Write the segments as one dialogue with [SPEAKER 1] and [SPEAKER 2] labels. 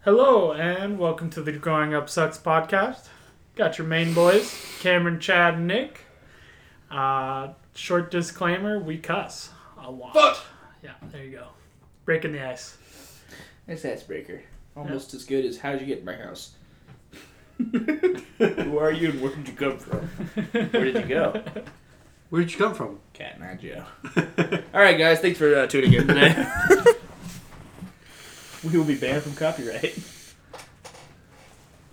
[SPEAKER 1] Hello and welcome to the Growing Up Sucks podcast. Got your main boys, Cameron, Chad, and Nick. Uh, short disclaimer: we cuss a lot. Yeah, there you go. Breaking the ice.
[SPEAKER 2] It's an icebreaker. Almost as good as how'd you get in my house? Who are you and where did you come from? Where did you go?
[SPEAKER 3] Where did you come from?
[SPEAKER 2] Cat and I, Joe. All right, guys, thanks for uh, tuning in today. we will be banned from copyright.
[SPEAKER 1] It's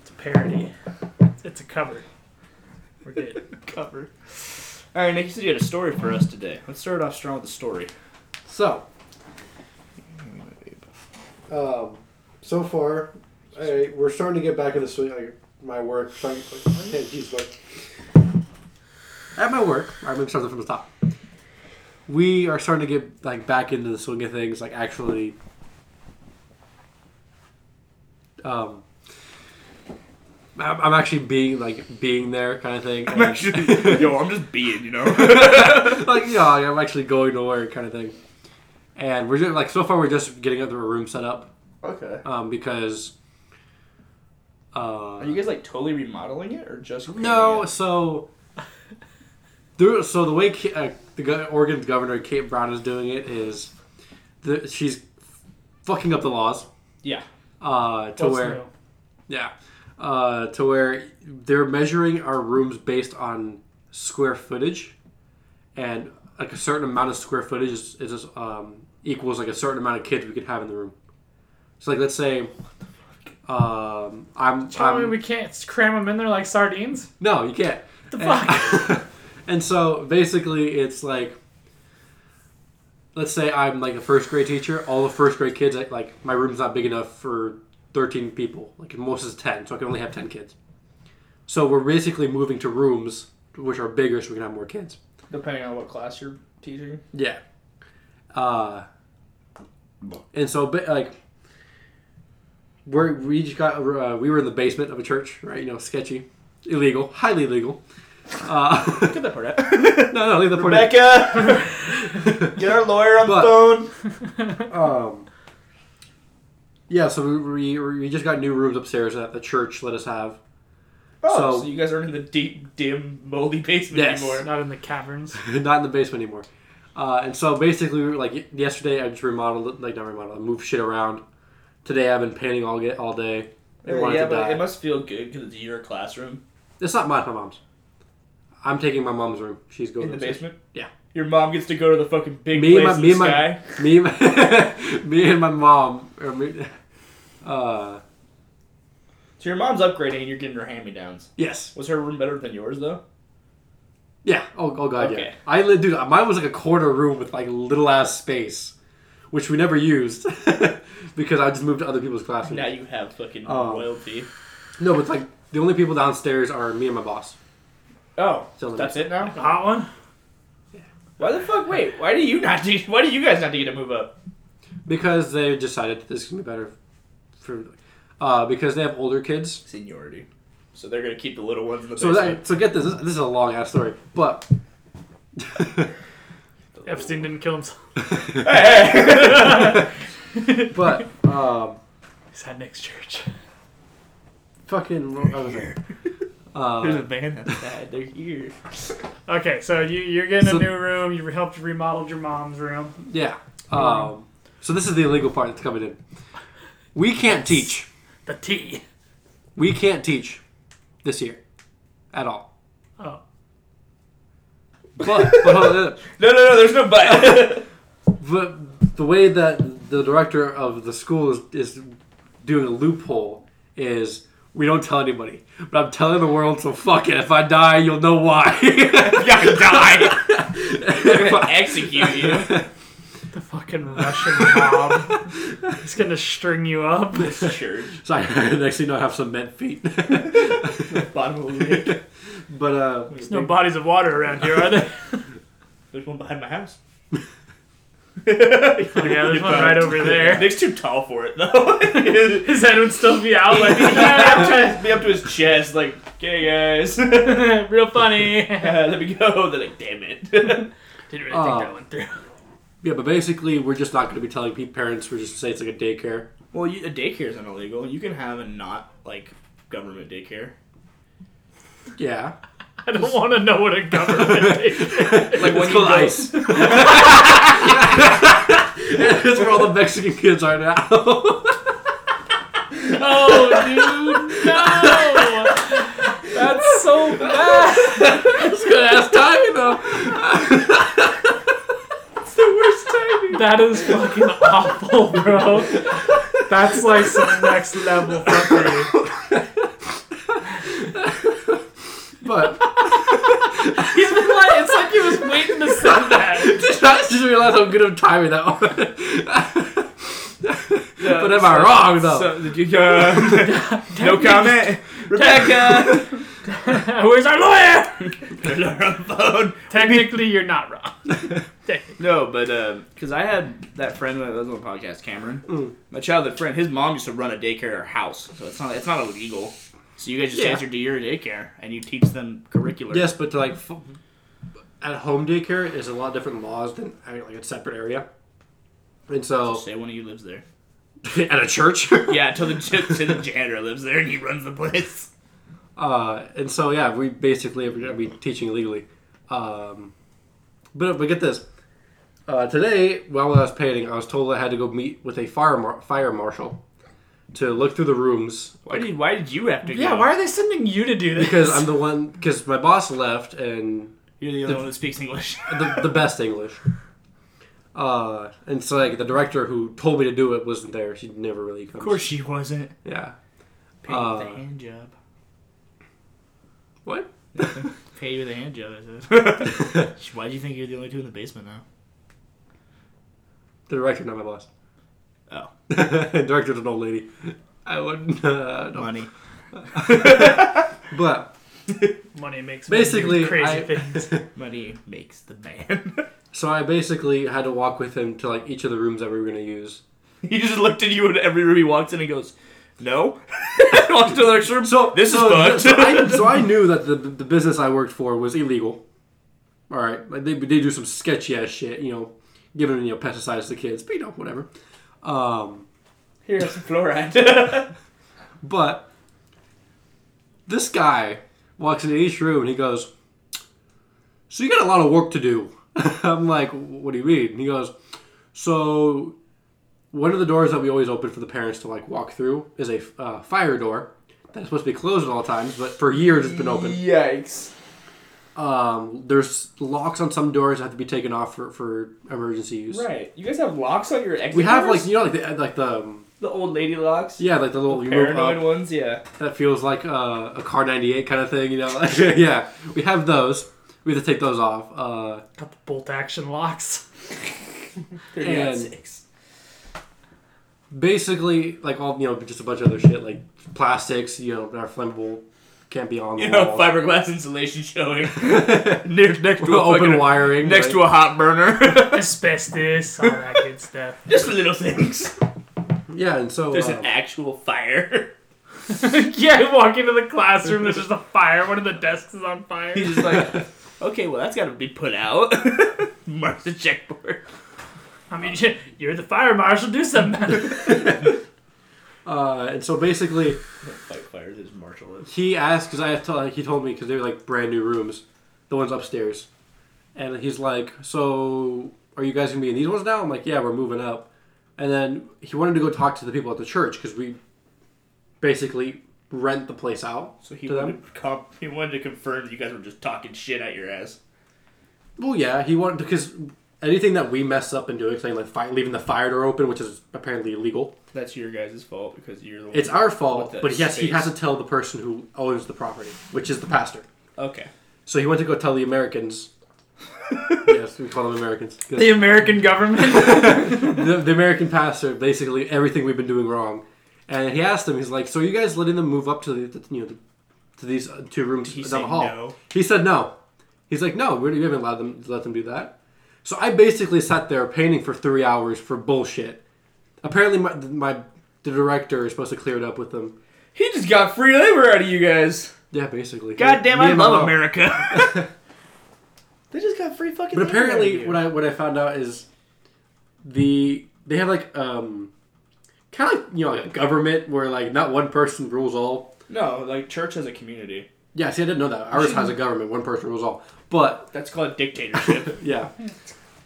[SPEAKER 1] a parody. It's a cover. We're good.
[SPEAKER 2] Cover. All right, Nick, you said you had a story for us today. Let's start off strong with a story.
[SPEAKER 3] So, um, so far, I, we're starting to get back in the swing. Like my work, trying, okay, geez, look. At my work, all right, maybe starting from the top. We are starting to get like back into the swing of things, like actually. Um, I'm I'm actually being like being there kind of thing. and-
[SPEAKER 2] yo, I'm just being, you know.
[SPEAKER 3] like yeah, I'm actually going to work kind of thing. And we're just like so far we're just getting up the room set up
[SPEAKER 2] okay.
[SPEAKER 3] um, because. Uh,
[SPEAKER 2] Are you guys like totally remodeling it or just
[SPEAKER 3] no, so there, so the way Ca- uh, the go- Oregon's governor Kate Brown is doing it is, the, she's fucking up the laws
[SPEAKER 2] Yeah.
[SPEAKER 3] uh, to
[SPEAKER 1] What's
[SPEAKER 3] where
[SPEAKER 1] new?
[SPEAKER 3] yeah uh, to where they're measuring our rooms based on square footage, and like a certain amount of square footage is, is just, um, equals like a certain amount of kids we could have in the room. So like let's say. Um, I'm,
[SPEAKER 1] Tell me
[SPEAKER 3] I'm
[SPEAKER 1] we can't cram them in there like sardines.
[SPEAKER 3] no, you can't.
[SPEAKER 1] The
[SPEAKER 3] And-
[SPEAKER 1] fuck.
[SPEAKER 3] and so basically, it's like, let's say I'm like a first grade teacher. All the first grade kids, like, like my room's not big enough for 13 people. Like most is 10, so I can only have 10 kids. So we're basically moving to rooms which are bigger, so we can have more kids.
[SPEAKER 2] Depending on what class you're teaching.
[SPEAKER 3] Yeah. Uh, and so, but like, we're, we just got, uh, we were in the basement of a church, right? You know, sketchy, illegal, highly illegal. Uh,
[SPEAKER 2] Cut that part out.
[SPEAKER 3] no, no, leave the point. in.
[SPEAKER 2] Rebecca, get our lawyer on
[SPEAKER 3] But-
[SPEAKER 2] the phone.
[SPEAKER 3] Um, yeah, so we, we, we just got new rooms upstairs that the church let us have.
[SPEAKER 2] Oh, so,
[SPEAKER 3] So-
[SPEAKER 2] you guys aren't in the deep, dim, moldy basement
[SPEAKER 3] Yes.
[SPEAKER 2] anymore.
[SPEAKER 1] Not in the caverns.
[SPEAKER 3] Not in the basement anymore. Uh, and so basically, we were, like y- yesterday, I just remodeled, it- like not remodeled, I moved shit around. Today, I've been painting all get, all day. I wanted
[SPEAKER 2] yeah,
[SPEAKER 3] to
[SPEAKER 2] but
[SPEAKER 3] die.
[SPEAKER 2] it must feel good because it's your classroom
[SPEAKER 3] It's not mine, my mom's. I'm taking my mom's room. She's going
[SPEAKER 2] in the
[SPEAKER 3] upstairs.
[SPEAKER 2] basement.
[SPEAKER 3] Yeah.
[SPEAKER 2] Your mom gets to go to the fucking big
[SPEAKER 3] Me and
[SPEAKER 2] place
[SPEAKER 3] my-
[SPEAKER 2] in
[SPEAKER 3] me
[SPEAKER 2] the
[SPEAKER 3] and my-
[SPEAKER 2] sky.
[SPEAKER 3] Me, and my- me and my mom. Or me, uh,
[SPEAKER 2] So your mom's upgrading and you're getting her hand-me-downs.
[SPEAKER 3] yes.
[SPEAKER 2] Was her room better than yours though?
[SPEAKER 3] Yeah. Oh, oh god, yeah.
[SPEAKER 2] Okay.
[SPEAKER 3] I lived, dude. Mine was like a corner room with like little ass space, which we never used because I just moved to other people's classrooms.
[SPEAKER 2] Now you have fucking
[SPEAKER 3] Oh.
[SPEAKER 2] royalty.
[SPEAKER 3] No, but like the only people downstairs are me and my boss.
[SPEAKER 2] Oh,
[SPEAKER 3] So
[SPEAKER 2] that's it now.
[SPEAKER 1] The hot one.
[SPEAKER 2] Why the fuck? Wait, why do you not? Do, why do you guys not get to move up?
[SPEAKER 3] because they decided that this can be better for uh, because they have older kids.
[SPEAKER 2] Seniority. So they're gonna keep the little ones in the
[SPEAKER 3] So
[SPEAKER 2] basement.
[SPEAKER 3] that, so get this. This is a long ass story, but
[SPEAKER 1] Epstein didn't kill himself.
[SPEAKER 2] Hey,
[SPEAKER 3] but um,
[SPEAKER 1] He's at Nick's church.
[SPEAKER 3] fucking what was it?
[SPEAKER 2] There's a
[SPEAKER 3] Uh,
[SPEAKER 2] van outside. They're here.
[SPEAKER 1] Okay, so you, you're getting
[SPEAKER 3] So-
[SPEAKER 1] a new room. You helped remodel your mom's room.
[SPEAKER 3] yeah. Um, so this is the illegal part that's coming in. We can't teach.
[SPEAKER 1] The tea.
[SPEAKER 3] We can't teach this year at all.
[SPEAKER 1] Oh.
[SPEAKER 3] But, but,
[SPEAKER 2] No, no, no. There's no but.
[SPEAKER 3] but the way that the director of the school is, is doing a loophole is we don't tell anybody. But I'm telling the world, so fuck it. If I die, you'll know why.
[SPEAKER 2] gotta die. They're
[SPEAKER 3] If
[SPEAKER 2] gonna
[SPEAKER 3] I-
[SPEAKER 2] execute you.
[SPEAKER 1] The fucking Russian mob. He's gonna string you up.
[SPEAKER 2] This church,
[SPEAKER 3] so I actually don't have cement feet.
[SPEAKER 2] bottom of the lake.
[SPEAKER 3] but uh,
[SPEAKER 1] There's no bodies of water around here, are there?
[SPEAKER 2] There's one behind my house.
[SPEAKER 1] yeah, there's one right over there.
[SPEAKER 2] Nick's too tall for it though.
[SPEAKER 1] His head would still be out like, yeah,
[SPEAKER 2] Be up to his chest, like, okay, guys, uh,
[SPEAKER 1] I'm trying. Real funny. Didn't
[SPEAKER 2] let me go. They're like, damn it.
[SPEAKER 1] really think
[SPEAKER 3] Uh,
[SPEAKER 1] that went through.
[SPEAKER 3] yeah, but basically, we're just not going to be telling pe- parents. We're just gonna say it's like a daycare.
[SPEAKER 2] Well, you, a daycare isn't illegal. You can have a not like government daycare.
[SPEAKER 3] Yeah.
[SPEAKER 1] I don't want to know what a government daycare is.
[SPEAKER 2] Like when
[SPEAKER 3] it's
[SPEAKER 2] you
[SPEAKER 3] called
[SPEAKER 2] go-
[SPEAKER 3] ICE. That's where all the Mexican kids are now.
[SPEAKER 1] No, dude, no. That's so bad.
[SPEAKER 3] it's good ass timing though.
[SPEAKER 1] That is fucking awful, bro. That's like some next level fuckery.
[SPEAKER 3] But
[SPEAKER 1] He's been like, it's like he was waiting to say that.
[SPEAKER 3] Did I just realize how good of timing that was? but am I
[SPEAKER 2] so-
[SPEAKER 3] wrong though?
[SPEAKER 2] So, did you, uh, no comment. Rebecca!
[SPEAKER 1] Where's our lawyer?
[SPEAKER 2] They're on the phone.
[SPEAKER 1] Technically, you're not wrong.
[SPEAKER 2] No, but because I had that friend that was on the podcast, Cameron,
[SPEAKER 3] Mm.
[SPEAKER 2] my childhood friend. His mom used to run a daycare or house, so it's not it's not illegal. So you guys just
[SPEAKER 3] Yeah.
[SPEAKER 2] answer to your daycare and you teach them curricular.
[SPEAKER 3] yes, but to like f- at home daycare is a lot different laws than I mean, like a separate area, and so
[SPEAKER 2] Say one of you lives there.
[SPEAKER 3] at a church.
[SPEAKER 2] Yeah, until the till the janitor lives there and he runs the place.
[SPEAKER 3] Uh, and so yeah, we basically are gonna be teaching illegally. Um, but but get this. Uh, today, while I was painting, I was told I had to go meet with a fire mar- fire marshal to look through the rooms
[SPEAKER 2] Why did why did you have to?
[SPEAKER 1] Yeah,
[SPEAKER 2] go?
[SPEAKER 1] why are they sending you to do this?
[SPEAKER 3] because I'm the one because my boss left and
[SPEAKER 2] You're the only one that speaks English.
[SPEAKER 3] the, the best English. Uh, and so like the director who told me to do it wasn't there. She never really comes.
[SPEAKER 2] of course she wasn't.
[SPEAKER 3] Yeah.
[SPEAKER 2] Pay you with
[SPEAKER 3] Uh.
[SPEAKER 2] a hand job.
[SPEAKER 3] What?
[SPEAKER 2] Pay you with a hand job. I said. why do you think you're the only two in the basement now?
[SPEAKER 3] The director, not my boss.
[SPEAKER 2] Oh.
[SPEAKER 3] Director's an old lady. I wouldn't. Uh, no.
[SPEAKER 2] Money.
[SPEAKER 3] But
[SPEAKER 1] Money makes me do
[SPEAKER 3] basically,
[SPEAKER 1] crazy
[SPEAKER 3] I-
[SPEAKER 1] things.
[SPEAKER 2] Money makes the man.
[SPEAKER 3] so I basically had to walk with him to like each of the rooms that we were gonna use.
[SPEAKER 2] He just looked at you in every room he walks in and goes, No. Walks to the next room.
[SPEAKER 3] So
[SPEAKER 2] This is
[SPEAKER 3] so-
[SPEAKER 2] fucked.
[SPEAKER 3] So I, so I knew that the the business I worked for was illegal. All right, like they they do some sketchy ass shit, you know, giving you know pesticides to kids, but you know whatever. Um,
[SPEAKER 2] Here's some fluoride.
[SPEAKER 3] But this guy walks into each room and he goes, So you got a lot of work to do. I'm like, What do you mean? He goes, So one of the doors that we always open for the parents to like walk through is a uh, fire door that's supposed to be closed at all times, but for years it's been open.
[SPEAKER 2] Yikes.
[SPEAKER 3] Um, there's locks on some doors that have to be taken off for, for emergency use.
[SPEAKER 2] Right. You guys have locks on your exit
[SPEAKER 3] We have
[SPEAKER 2] doors?
[SPEAKER 3] like you know like the like the um,
[SPEAKER 2] the old lady locks.
[SPEAKER 3] yeah like the little you move up.
[SPEAKER 2] Paranoid ones, yeah.
[SPEAKER 3] that feels like uh, a car 98 kind of thing you know like, yeah we have those we have to take those off uh,
[SPEAKER 1] Couple bolt action locks.
[SPEAKER 2] Thirty
[SPEAKER 3] And-
[SPEAKER 2] and six.
[SPEAKER 3] basically like all you know just a bunch of other shit like plastics you know not flammable can't be on the
[SPEAKER 2] You know,
[SPEAKER 3] wall
[SPEAKER 2] fiberglass insulation showing. near, next to a
[SPEAKER 3] open
[SPEAKER 2] fucking-
[SPEAKER 3] wiring
[SPEAKER 2] Next to a hot burner.
[SPEAKER 1] Asbestos, all that good stuff.
[SPEAKER 2] Just little things.
[SPEAKER 3] to a yeah and so
[SPEAKER 2] There's
[SPEAKER 3] uh,
[SPEAKER 2] an actual fire.
[SPEAKER 1] yeah, walk into the classroom, there's just a fire. One of the desks is on fire.
[SPEAKER 2] He's just like, okay, well, that's got to be put out. Mark the checkboard.
[SPEAKER 1] I mean, you- you're the fire marshal, do something.
[SPEAKER 3] uh, and so basically
[SPEAKER 2] Fight fires is martial arts.
[SPEAKER 3] he asked because I told he told me because they were like brand new rooms, the ones upstairs, and he's like, "So are you guys gonna be in these ones now?" I'm like, "Yeah, we're moving up," and then he wanted to go talk to the people at the church because we basically rent the place out.
[SPEAKER 2] So he
[SPEAKER 3] to them.
[SPEAKER 2] wanted, to comp- he wanted to confirm that you guys were just talking shit at your ass.
[SPEAKER 3] Well, yeah, he wanted because anything that we mess up in doing, something like fi- leaving the fire door open, which is apparently illegal,
[SPEAKER 2] That's your guys' fault because you're the one.
[SPEAKER 3] it's our fault.
[SPEAKER 2] What the
[SPEAKER 3] But yes, he
[SPEAKER 2] space.
[SPEAKER 3] has to tell the person who owns the property, which is the pastor.
[SPEAKER 2] Okay.
[SPEAKER 3] So he went to go tell the Americans. yes, we call them Americans. 'cause-
[SPEAKER 1] the American government.
[SPEAKER 3] the, the American pastor, basically everything we've been doing wrong. And he asked him, he's like, "So are you guys letting them move up to the, the you know, the, to these uh, two rooms
[SPEAKER 2] Did he
[SPEAKER 3] down
[SPEAKER 2] say
[SPEAKER 3] the hall?"
[SPEAKER 2] no?
[SPEAKER 3] He said no. He's like, "No, we we haven't allowed them let them do that." So I basically sat there painting for three hours for bullshit. Apparently, my, my the director is supposed to clear it up with them.
[SPEAKER 2] He just got free labor out of you guys.
[SPEAKER 3] Yeah, basically.
[SPEAKER 2] God damn,
[SPEAKER 3] Me
[SPEAKER 2] I
[SPEAKER 3] and my
[SPEAKER 2] love
[SPEAKER 3] mom.
[SPEAKER 2] America. they just got free fucking.
[SPEAKER 3] But apparently, what I what I found out is the they have like um kind of like you know like a government where like not one person rules all.
[SPEAKER 2] No, like church has a community.
[SPEAKER 3] Yeah, see, I didn't know that. Ours has a government; one person rules all. But
[SPEAKER 2] That's called dictatorship.
[SPEAKER 3] yeah,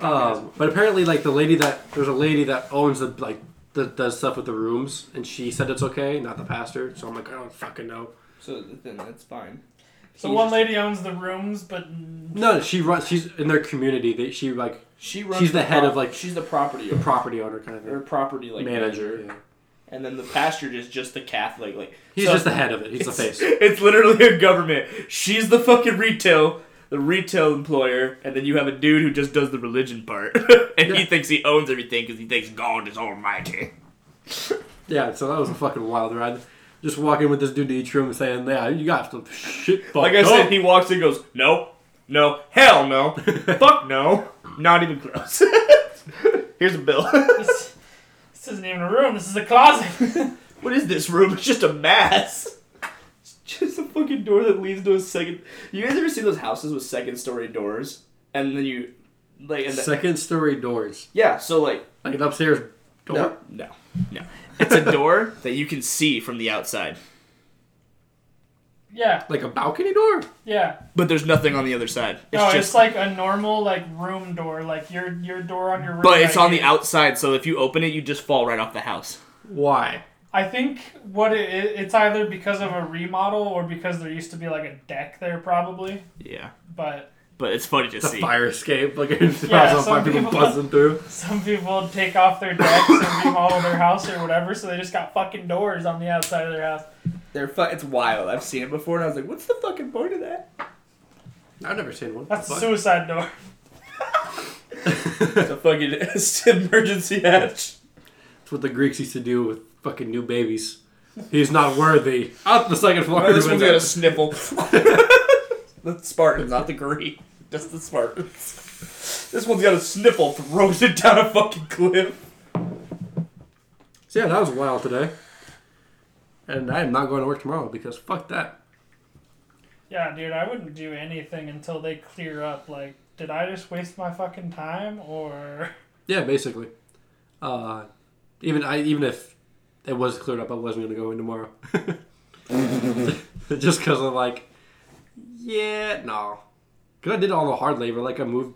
[SPEAKER 3] um, but apparently, like the lady that there's a lady that owns the like that does stuff with the rooms, and she said it's okay, not the pastor. So I'm like, I don't fucking know.
[SPEAKER 2] so then that's fine.
[SPEAKER 1] So
[SPEAKER 2] He
[SPEAKER 1] one
[SPEAKER 2] just-
[SPEAKER 1] lady owns the rooms, but mm,
[SPEAKER 3] No, she runs. She's in their community. They, she like
[SPEAKER 2] She runs.
[SPEAKER 3] She's the head of, like,
[SPEAKER 2] She's the property
[SPEAKER 3] the property owner kind of
[SPEAKER 2] or
[SPEAKER 3] thing.
[SPEAKER 2] property like
[SPEAKER 3] manager. yeah.
[SPEAKER 2] and then the pastor is just the Catholic. Like
[SPEAKER 3] He's
[SPEAKER 2] so-
[SPEAKER 3] just the head of it. He's the face.
[SPEAKER 2] It's literally a government. She's the fucking retail, the retail employer, and then you have a dude who just does the religion part, and
[SPEAKER 3] Yeah.
[SPEAKER 2] he thinks he owns everything because he thinks God is almighty.
[SPEAKER 3] Yeah, so that was a fucking wild ride. Just walking with this dude to each room and saying, "Yeah, you got some shit fucked
[SPEAKER 2] Like I said,
[SPEAKER 3] up."
[SPEAKER 2] he walks in, and goes, "No, no, hell no, fuck no, not even close." Here's a bill.
[SPEAKER 1] this, this isn't even a room. This is a closet.
[SPEAKER 2] what is this room? It's just a mass. It's just a fucking door that leads to a second. You guys ever seen those houses with second story doors? And then you, like, and the,
[SPEAKER 3] Second story doors,
[SPEAKER 2] yeah. So like,
[SPEAKER 3] like an upstairs door.
[SPEAKER 2] No, no. It's a door that you can see from the outside,
[SPEAKER 1] yeah,
[SPEAKER 3] Like a balcony door?
[SPEAKER 1] yeah.
[SPEAKER 2] but there's nothing on the other side. It's
[SPEAKER 1] no,
[SPEAKER 2] just,
[SPEAKER 1] it's like a normal like room door, like your your door on your room.
[SPEAKER 2] but it's
[SPEAKER 1] right
[SPEAKER 2] on the
[SPEAKER 1] here.
[SPEAKER 2] outside, so if you open it, you just fall right off the house.
[SPEAKER 3] Why?
[SPEAKER 1] I think what it, it, it's either because of a remodel or because there used to be like a deck there probably,
[SPEAKER 2] Yeah,
[SPEAKER 1] but
[SPEAKER 2] but it's funny to
[SPEAKER 3] It's
[SPEAKER 2] see.
[SPEAKER 3] a fire escape. Like it's
[SPEAKER 1] Yeah,
[SPEAKER 3] yeah,
[SPEAKER 1] some
[SPEAKER 3] five people
[SPEAKER 1] people-
[SPEAKER 3] buzzing through.
[SPEAKER 1] Some people take off their decks and remodel their house or whatever, so they just got fucking doors on the outside of their house.
[SPEAKER 2] They're fu- it's wild. I've seen it before, and I was like, "What's the fucking point of that?"
[SPEAKER 3] I've never seen one.
[SPEAKER 1] That's a
[SPEAKER 3] Fuck.
[SPEAKER 1] suicide door.
[SPEAKER 2] It's a fucking emergency hatch.
[SPEAKER 3] That's what the Greeks used to do with fucking new babies. He's not worthy. Out the second floor.
[SPEAKER 2] this one's
[SPEAKER 3] window.
[SPEAKER 2] got a sniffle. the Spartans, not the Greek. Just the Spartans. This one's got a sniffle. Throws it down a fucking cliff.
[SPEAKER 3] So yeah, that was wild today. And I am not going to work tomorrow because fuck that.
[SPEAKER 1] Yeah, dude, I wouldn't do anything until they clear up. Like, did I just waste my fucking time or.
[SPEAKER 3] Yeah, basically. Uh, even I even if it was cleared up, I wasn't gonna go in tomorrow. Just because I'm like, yeah, no. Because I did all the hard labor, like I moved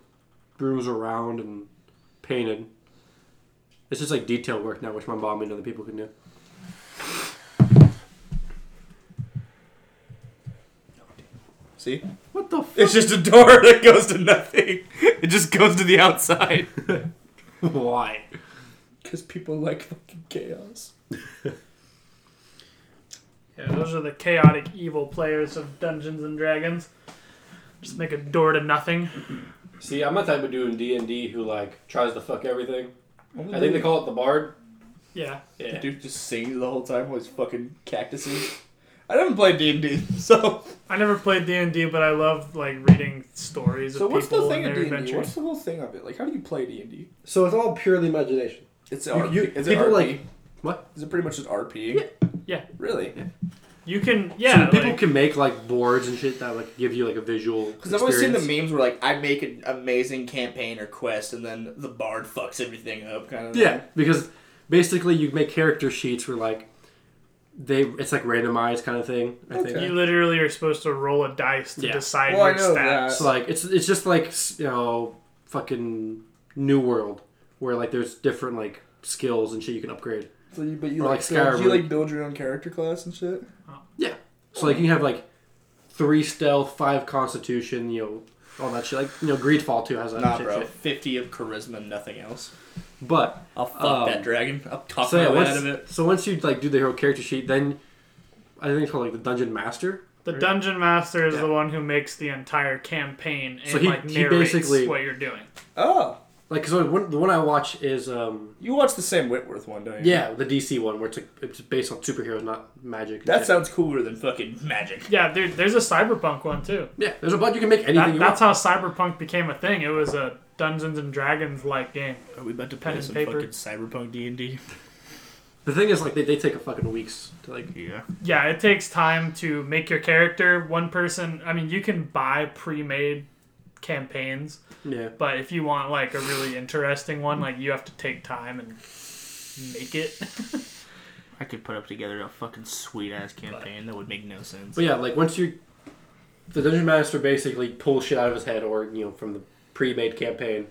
[SPEAKER 3] rooms around and painted. It's just like detail work now, which my mom and other people can do.
[SPEAKER 2] See,
[SPEAKER 3] What the fuck?
[SPEAKER 2] It's just a door that goes to nothing. It just goes to the outside.
[SPEAKER 3] Why?
[SPEAKER 2] Because people like fucking chaos.
[SPEAKER 1] Yeah, those are the chaotic, evil players of Dungeons and Dragons. Just make a door to nothing.
[SPEAKER 3] See, I'm the type of dude in D and D who like tries to fuck everything. I think they call it the bard.
[SPEAKER 1] Yeah.
[SPEAKER 2] the
[SPEAKER 3] Yeah.
[SPEAKER 2] dude just sings the whole time with his fucking cactuses. I haven't played D and D, so
[SPEAKER 1] I never played D&D, but I love, like, reading stories
[SPEAKER 2] so
[SPEAKER 1] of
[SPEAKER 2] what's
[SPEAKER 1] people
[SPEAKER 2] the thing
[SPEAKER 1] and
[SPEAKER 2] of
[SPEAKER 1] their
[SPEAKER 2] D and D? What's
[SPEAKER 1] adventures.
[SPEAKER 2] the whole thing of it? Like, how do you play D and D?
[SPEAKER 3] So it's all purely imagination.
[SPEAKER 2] It's
[SPEAKER 3] You-
[SPEAKER 2] RP.
[SPEAKER 3] you-
[SPEAKER 2] is it
[SPEAKER 3] people
[SPEAKER 2] RP?
[SPEAKER 3] like- What?
[SPEAKER 2] Is it pretty much just RP?
[SPEAKER 1] Yeah.
[SPEAKER 2] Really?
[SPEAKER 1] You can, yeah,
[SPEAKER 3] so people
[SPEAKER 1] like,
[SPEAKER 3] can make like boards and shit that like give you like a visual.
[SPEAKER 2] Because I've always seen the
[SPEAKER 3] experience.
[SPEAKER 2] memes where like I make an amazing campaign or quest, and then the bard fucks everything up, kind of.
[SPEAKER 3] Yeah, because basically you make character sheets where like they it's like randomized kind of thing. I
[SPEAKER 2] Okay.
[SPEAKER 1] you
[SPEAKER 3] think.
[SPEAKER 1] literally are supposed to roll a dice to
[SPEAKER 3] Yeah.
[SPEAKER 1] decide
[SPEAKER 2] Well, I
[SPEAKER 1] your
[SPEAKER 2] know
[SPEAKER 1] stats.
[SPEAKER 2] that.
[SPEAKER 3] So like it's it's just like s- you know fucking New World where like there's different like skills and shit you can upgrade.
[SPEAKER 2] So you, but you
[SPEAKER 3] Or like
[SPEAKER 2] build-
[SPEAKER 3] Skyrim.
[SPEAKER 2] build your own character class and shit.
[SPEAKER 3] Yeah. So like you can have like three stealth, five constitution, you know, all that shit. Like you know, Greedfall too has that
[SPEAKER 2] Nah,
[SPEAKER 3] shit,
[SPEAKER 2] bro.
[SPEAKER 3] shit.
[SPEAKER 2] 50 of charisma, nothing else.
[SPEAKER 3] But
[SPEAKER 2] I'll fuck
[SPEAKER 3] Um,
[SPEAKER 2] that dragon. I'll talk
[SPEAKER 3] So yeah,
[SPEAKER 2] my way
[SPEAKER 3] once,
[SPEAKER 2] out of it.
[SPEAKER 3] so once you like do the hero character sheet, then I think it's called like the dungeon master.
[SPEAKER 1] The dungeon master is
[SPEAKER 3] Yeah.
[SPEAKER 1] the one who makes the entire campaign and
[SPEAKER 3] So he-
[SPEAKER 1] like
[SPEAKER 3] he
[SPEAKER 1] narrates
[SPEAKER 3] basically-
[SPEAKER 1] what you're doing.
[SPEAKER 2] Oh,
[SPEAKER 3] Like so, one, the one I watch is um
[SPEAKER 2] you watched the Sam Whitworth one, don't you?
[SPEAKER 3] yeah the DC one where it's like, it's based on superheroes, not magic. and
[SPEAKER 2] That
[SPEAKER 3] shit.
[SPEAKER 2] sounds cooler than fucking magic.
[SPEAKER 1] Yeah, there, there's a cyberpunk one too.
[SPEAKER 3] yeah. There's a bunch you can make anything.
[SPEAKER 1] That,
[SPEAKER 3] you
[SPEAKER 1] that's how cyberpunk became a thing. It was a Dungeons and Dragons like game.
[SPEAKER 2] Are we about to
[SPEAKER 1] Pen
[SPEAKER 2] play
[SPEAKER 1] and
[SPEAKER 2] some
[SPEAKER 1] paper.
[SPEAKER 2] fucking cyberpunk D and D?
[SPEAKER 3] want. The thing is like they, they take a fucking weeks to like
[SPEAKER 2] Yeah.
[SPEAKER 1] Yeah, it takes time to make your character. One person, I mean, you can buy pre-made campaigns,
[SPEAKER 3] yeah
[SPEAKER 1] but if you want like a really interesting one, like you have to take time and make it.
[SPEAKER 4] I could put up together a fucking sweet ass campaign that would make no sense.
[SPEAKER 3] But yeah, like once you, the dungeon master basically pulls shit out of his head or you know from the pre-made campaign,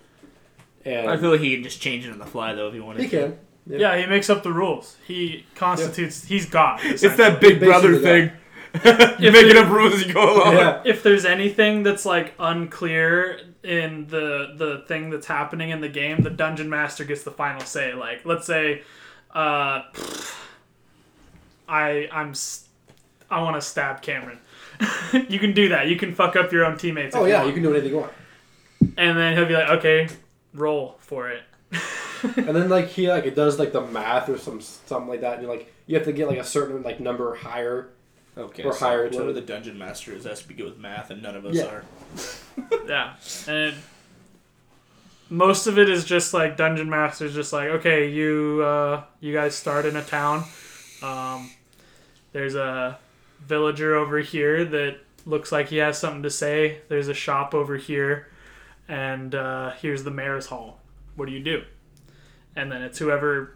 [SPEAKER 3] and
[SPEAKER 4] I feel like he can just change it on the fly though if he wanted.
[SPEAKER 3] he
[SPEAKER 4] to.
[SPEAKER 3] can.
[SPEAKER 1] Yeah, he makes up the rules. He constitutes. He's God.
[SPEAKER 4] It's that Big
[SPEAKER 3] Basically
[SPEAKER 4] Brother
[SPEAKER 3] that.
[SPEAKER 4] thing. you making up rules as you go
[SPEAKER 2] Oh.
[SPEAKER 4] along.
[SPEAKER 3] Yeah.
[SPEAKER 1] if there's anything that's like unclear in the the thing that's happening in the game, the dungeon master gets the final say. Like, let's say, uh, I I'm s- I want to stab Cameron. you can do that. You can fuck up your own teammates.
[SPEAKER 3] Oh
[SPEAKER 1] if
[SPEAKER 3] yeah,
[SPEAKER 1] you
[SPEAKER 3] you can do anything you want.
[SPEAKER 1] want. and then he'll be like, okay, roll for it.
[SPEAKER 3] And then like he like it does like the math or some something like that. And you're like you have to get like a certain like number higher.
[SPEAKER 2] Okay.
[SPEAKER 3] Or
[SPEAKER 2] so
[SPEAKER 3] higher
[SPEAKER 2] whoever
[SPEAKER 3] to-
[SPEAKER 2] the dungeon master is has to be good with math, and none of us
[SPEAKER 3] Yeah.
[SPEAKER 2] are.
[SPEAKER 1] Yeah, and most of it is just like dungeon masters, just like okay, you uh, you guys start in a town. Um, there's a villager over here that looks like he has something to say. There's a shop over here, and uh, here's the mayor's hall. What do you do? And then it's whoever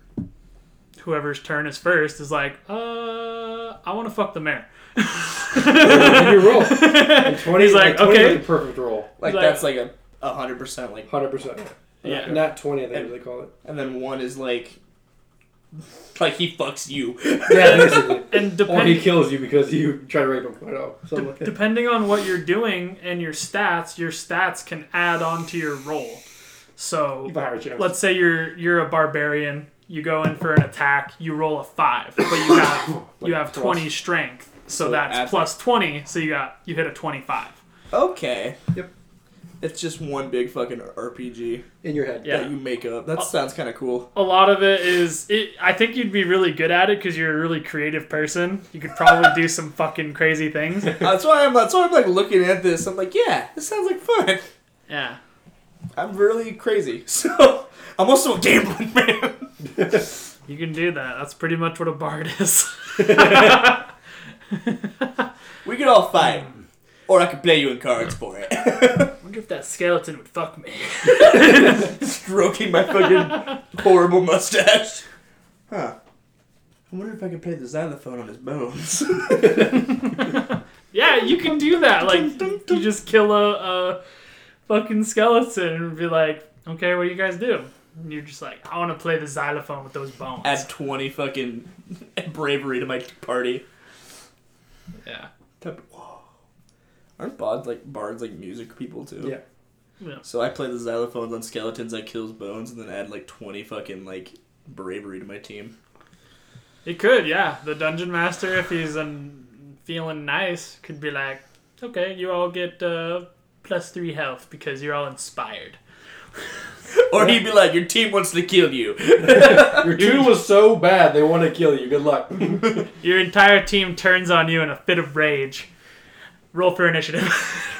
[SPEAKER 1] whoever's turn is first is like, uh, I want to fuck the mayor.
[SPEAKER 3] you roll. And 20,
[SPEAKER 1] He's like,
[SPEAKER 3] 20 was,
[SPEAKER 1] okay.
[SPEAKER 3] like, a perfect roll,
[SPEAKER 2] Like,
[SPEAKER 1] Like-
[SPEAKER 2] that's like a a hundred percent. Like,
[SPEAKER 3] hundred percent.
[SPEAKER 1] Yeah.
[SPEAKER 3] not twenty. I think they call it.
[SPEAKER 2] and then one is like, like he fucks you.
[SPEAKER 3] Yeah, basically.
[SPEAKER 1] And
[SPEAKER 3] Or he
[SPEAKER 1] depending
[SPEAKER 3] kills you because you try to rape him. I know. Something like that.
[SPEAKER 1] depending on what you're doing and your stats, your stats can add on to your roll. So
[SPEAKER 3] You have a higher chance.
[SPEAKER 1] let's say you're you're a barbarian, you go in for an attack, you roll a five, but you have you have
[SPEAKER 2] plus-
[SPEAKER 1] twenty strength, so
[SPEAKER 2] so add-
[SPEAKER 1] that's plus twenty, so you got you hit a twenty five.
[SPEAKER 2] okay.
[SPEAKER 3] Yep.
[SPEAKER 2] It's just one big fucking RPG
[SPEAKER 3] in your head.
[SPEAKER 1] Yeah.
[SPEAKER 2] that you make up. That sounds kind of cool.
[SPEAKER 1] A lot of it is it, I think you'd be really good at it because you're a really creative person. You could probably do some fucking crazy things.
[SPEAKER 2] that's why I'm. That's why I'm like looking at this. I'm like, yeah, this sounds like fun.
[SPEAKER 1] Yeah.
[SPEAKER 2] I'm really crazy, so I'm also a gambling man.
[SPEAKER 1] You can do that. That's pretty much what a bard is.
[SPEAKER 2] We could all fight, or I could play you in cards for it.
[SPEAKER 1] wonder if that skeleton would fuck me.
[SPEAKER 2] stroking my fucking horrible mustache. Huh. I wonder if I can play the xylophone on his bones.
[SPEAKER 1] Yeah, you can do that. Like, you just kill a, a fucking skeleton and be like, okay, what do you guys do? And you're just like, I want to play the xylophone with those bones.
[SPEAKER 2] Add 20 fucking bravery to my party.
[SPEAKER 1] yeah.
[SPEAKER 2] Type- Whoa. Aren't bards like bards like music people too?
[SPEAKER 3] Yeah.
[SPEAKER 1] Yeah.
[SPEAKER 2] So I play the xylophones on skeletons, I kills bones, and then add like 20 fucking like bravery to my team.
[SPEAKER 1] It could, yeah. The dungeon master, if he's um, feeling nice, could be like, okay, you all get uh, plus three health because you're all inspired.
[SPEAKER 2] Or he'd be like, your team wants to kill you.
[SPEAKER 3] Your tune was so bad they want to kill you. Good luck.
[SPEAKER 1] Your entire team turns on you in a fit of rage. Roll for initiative.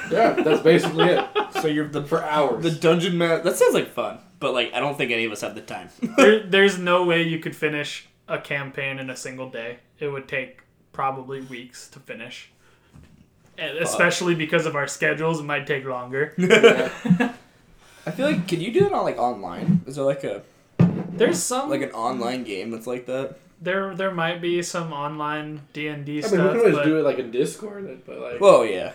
[SPEAKER 3] yeah, that's basically it.
[SPEAKER 2] so you're the
[SPEAKER 3] For hours.
[SPEAKER 2] the dungeon man. That sounds like fun, but like I don't think any of us have the time.
[SPEAKER 1] there, there's no way you could finish a campaign in a single day. It would take probably weeks to finish. And especially because of our schedules, it might take longer.
[SPEAKER 2] I feel like can you do that on like online? Is there like a
[SPEAKER 1] There's some
[SPEAKER 2] like an online game that's like that.
[SPEAKER 1] there there might be some online D and D
[SPEAKER 3] I mean, we
[SPEAKER 1] stuff,
[SPEAKER 3] can always
[SPEAKER 1] but
[SPEAKER 3] do it like in Discord, but like
[SPEAKER 2] Well, yeah.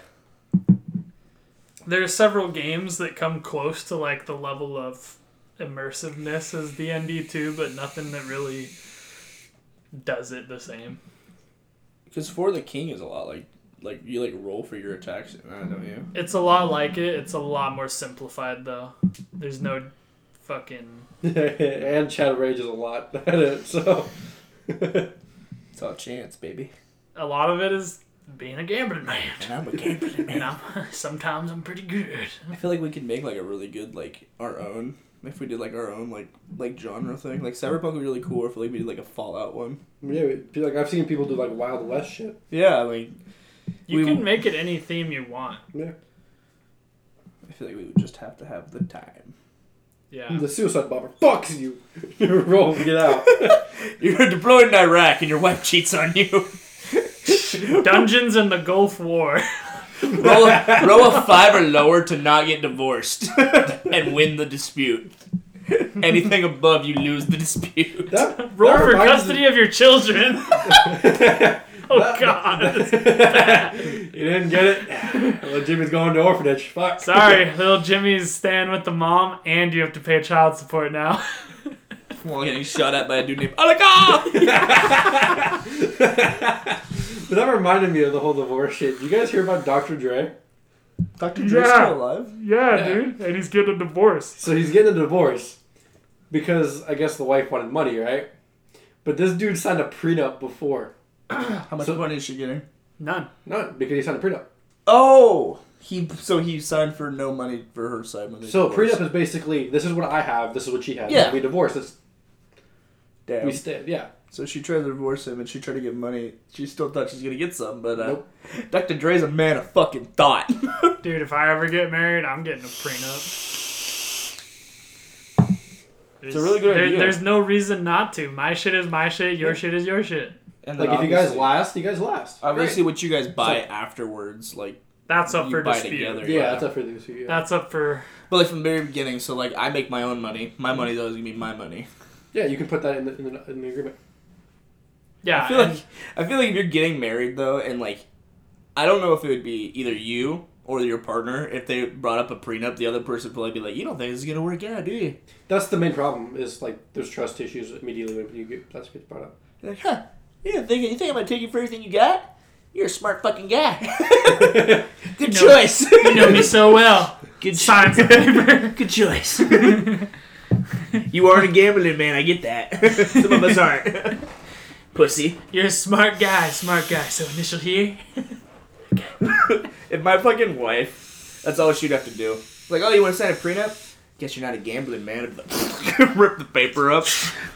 [SPEAKER 1] there are several games that come close to like the level of immersiveness as D and D two, but nothing that really does it the same.
[SPEAKER 2] Because for the king is a lot like like you like roll for your attacks. I don't know you.
[SPEAKER 1] It's a lot like it. It's a lot more simplified though. There's no fucking
[SPEAKER 3] and Chad rages a lot at it, so
[SPEAKER 2] It's all chance, baby.
[SPEAKER 1] a lot of it is being a gambling man.
[SPEAKER 2] And I'm a gambling
[SPEAKER 1] And
[SPEAKER 2] man.
[SPEAKER 1] I'm, sometimes I'm pretty good.
[SPEAKER 2] I feel like we could make like a really good like our own if we did like our own like like genre thing. Like cyberpunk would be really cool. Or if like we did like a Fallout one.
[SPEAKER 3] yeah. it'd be Like I've seen people do like Wild West shit.
[SPEAKER 2] Yeah, like
[SPEAKER 1] You
[SPEAKER 2] We-
[SPEAKER 1] can make it any theme you want.
[SPEAKER 3] Yeah.
[SPEAKER 2] I feel like we would just have to have the time.
[SPEAKER 1] Yeah.
[SPEAKER 3] The suicide bomber fucks you. You roll, get out.
[SPEAKER 2] You're deployed in Iraq and your wife cheats on you.
[SPEAKER 1] Dungeons and the Gulf War.
[SPEAKER 2] roll, a, roll a five or lower to not get divorced and win the dispute.
[SPEAKER 4] Anything above, you lose the dispute.
[SPEAKER 3] That,
[SPEAKER 1] Roll
[SPEAKER 3] that
[SPEAKER 1] for
[SPEAKER 3] reminds
[SPEAKER 1] custody of your children. oh God!
[SPEAKER 3] Me, you didn't get it. Well, Jimmy's going to orphanage. Fuck.
[SPEAKER 1] Sorry, little Jimmy's staying with the mom, and you have to pay child support now.
[SPEAKER 4] While getting shot at by a dude named Alaka!
[SPEAKER 3] But that reminded me of the whole divorce shit. You guys hear about Dr. Dre?
[SPEAKER 2] Dr.
[SPEAKER 1] Dre's Yeah. still
[SPEAKER 2] alive?
[SPEAKER 1] yeah,
[SPEAKER 3] Yeah.
[SPEAKER 1] dude, and he's getting a divorce.
[SPEAKER 3] So he's getting a divorce because I guess the wife wanted money, right? But this dude signed a prenup before.
[SPEAKER 2] How much
[SPEAKER 3] So-
[SPEAKER 2] money is she getting?
[SPEAKER 1] None.
[SPEAKER 3] No, because he signed a prenup.
[SPEAKER 2] Oh! He so he signed for no money for her side when they
[SPEAKER 3] So a
[SPEAKER 2] divorced.
[SPEAKER 3] prenup is basically this is what I have, this is what she has.
[SPEAKER 2] Yeah.
[SPEAKER 3] We divorce. It's,
[SPEAKER 2] Damn.
[SPEAKER 3] we stay. Yeah.
[SPEAKER 2] So she tried to divorce him, and she tried to get money. She still thought she's gonna get some, but uh,
[SPEAKER 3] Nope.
[SPEAKER 2] Dr. Dre's a man of fucking thought.
[SPEAKER 1] Dude, if I ever get married, I'm getting a prenup. It's
[SPEAKER 2] a really good idea.
[SPEAKER 1] There's no reason not to. My shit is my shit. Your shit is your shit.
[SPEAKER 2] and
[SPEAKER 3] Like if you guys last, you guys last.
[SPEAKER 2] obviously, what you guys buy afterwards, like,
[SPEAKER 1] That's up
[SPEAKER 2] You
[SPEAKER 1] for
[SPEAKER 2] buy
[SPEAKER 1] dispute.
[SPEAKER 2] together.
[SPEAKER 3] Great. Yeah, that's up for the issue. Yeah.
[SPEAKER 1] That's up for
[SPEAKER 2] but like from the very beginning. So like, I make my own money. My money's always gonna be my money.
[SPEAKER 3] yeah, you can put that in the, in the, in the agreement.
[SPEAKER 1] yeah.
[SPEAKER 2] I feel like I feel like if you're getting married though, and like, I don't know if it would be either you or your partner if they brought up a prenup. The other person would probably be like, "You don't think this is gonna work out, do you?"
[SPEAKER 3] That's the main problem is like there's trust issues immediately when you get that's gets brought up.
[SPEAKER 2] You're like, huh? You don't think you think I'm gonna take you for everything you got? You're a smart fucking guy.
[SPEAKER 1] know-
[SPEAKER 2] Good choice.
[SPEAKER 1] you know me so well.
[SPEAKER 2] Good
[SPEAKER 1] Sign some paper.
[SPEAKER 2] Good choice. you aren't a gambling man. I get that. Some of us aren't. Pussy.
[SPEAKER 1] You're a smart guy, smart guy. So initial here.
[SPEAKER 2] If my fucking wife, that's all she'd have to do. Like, oh, you want to sign a prenup? Guess you're not a gambling man. Rip the paper up.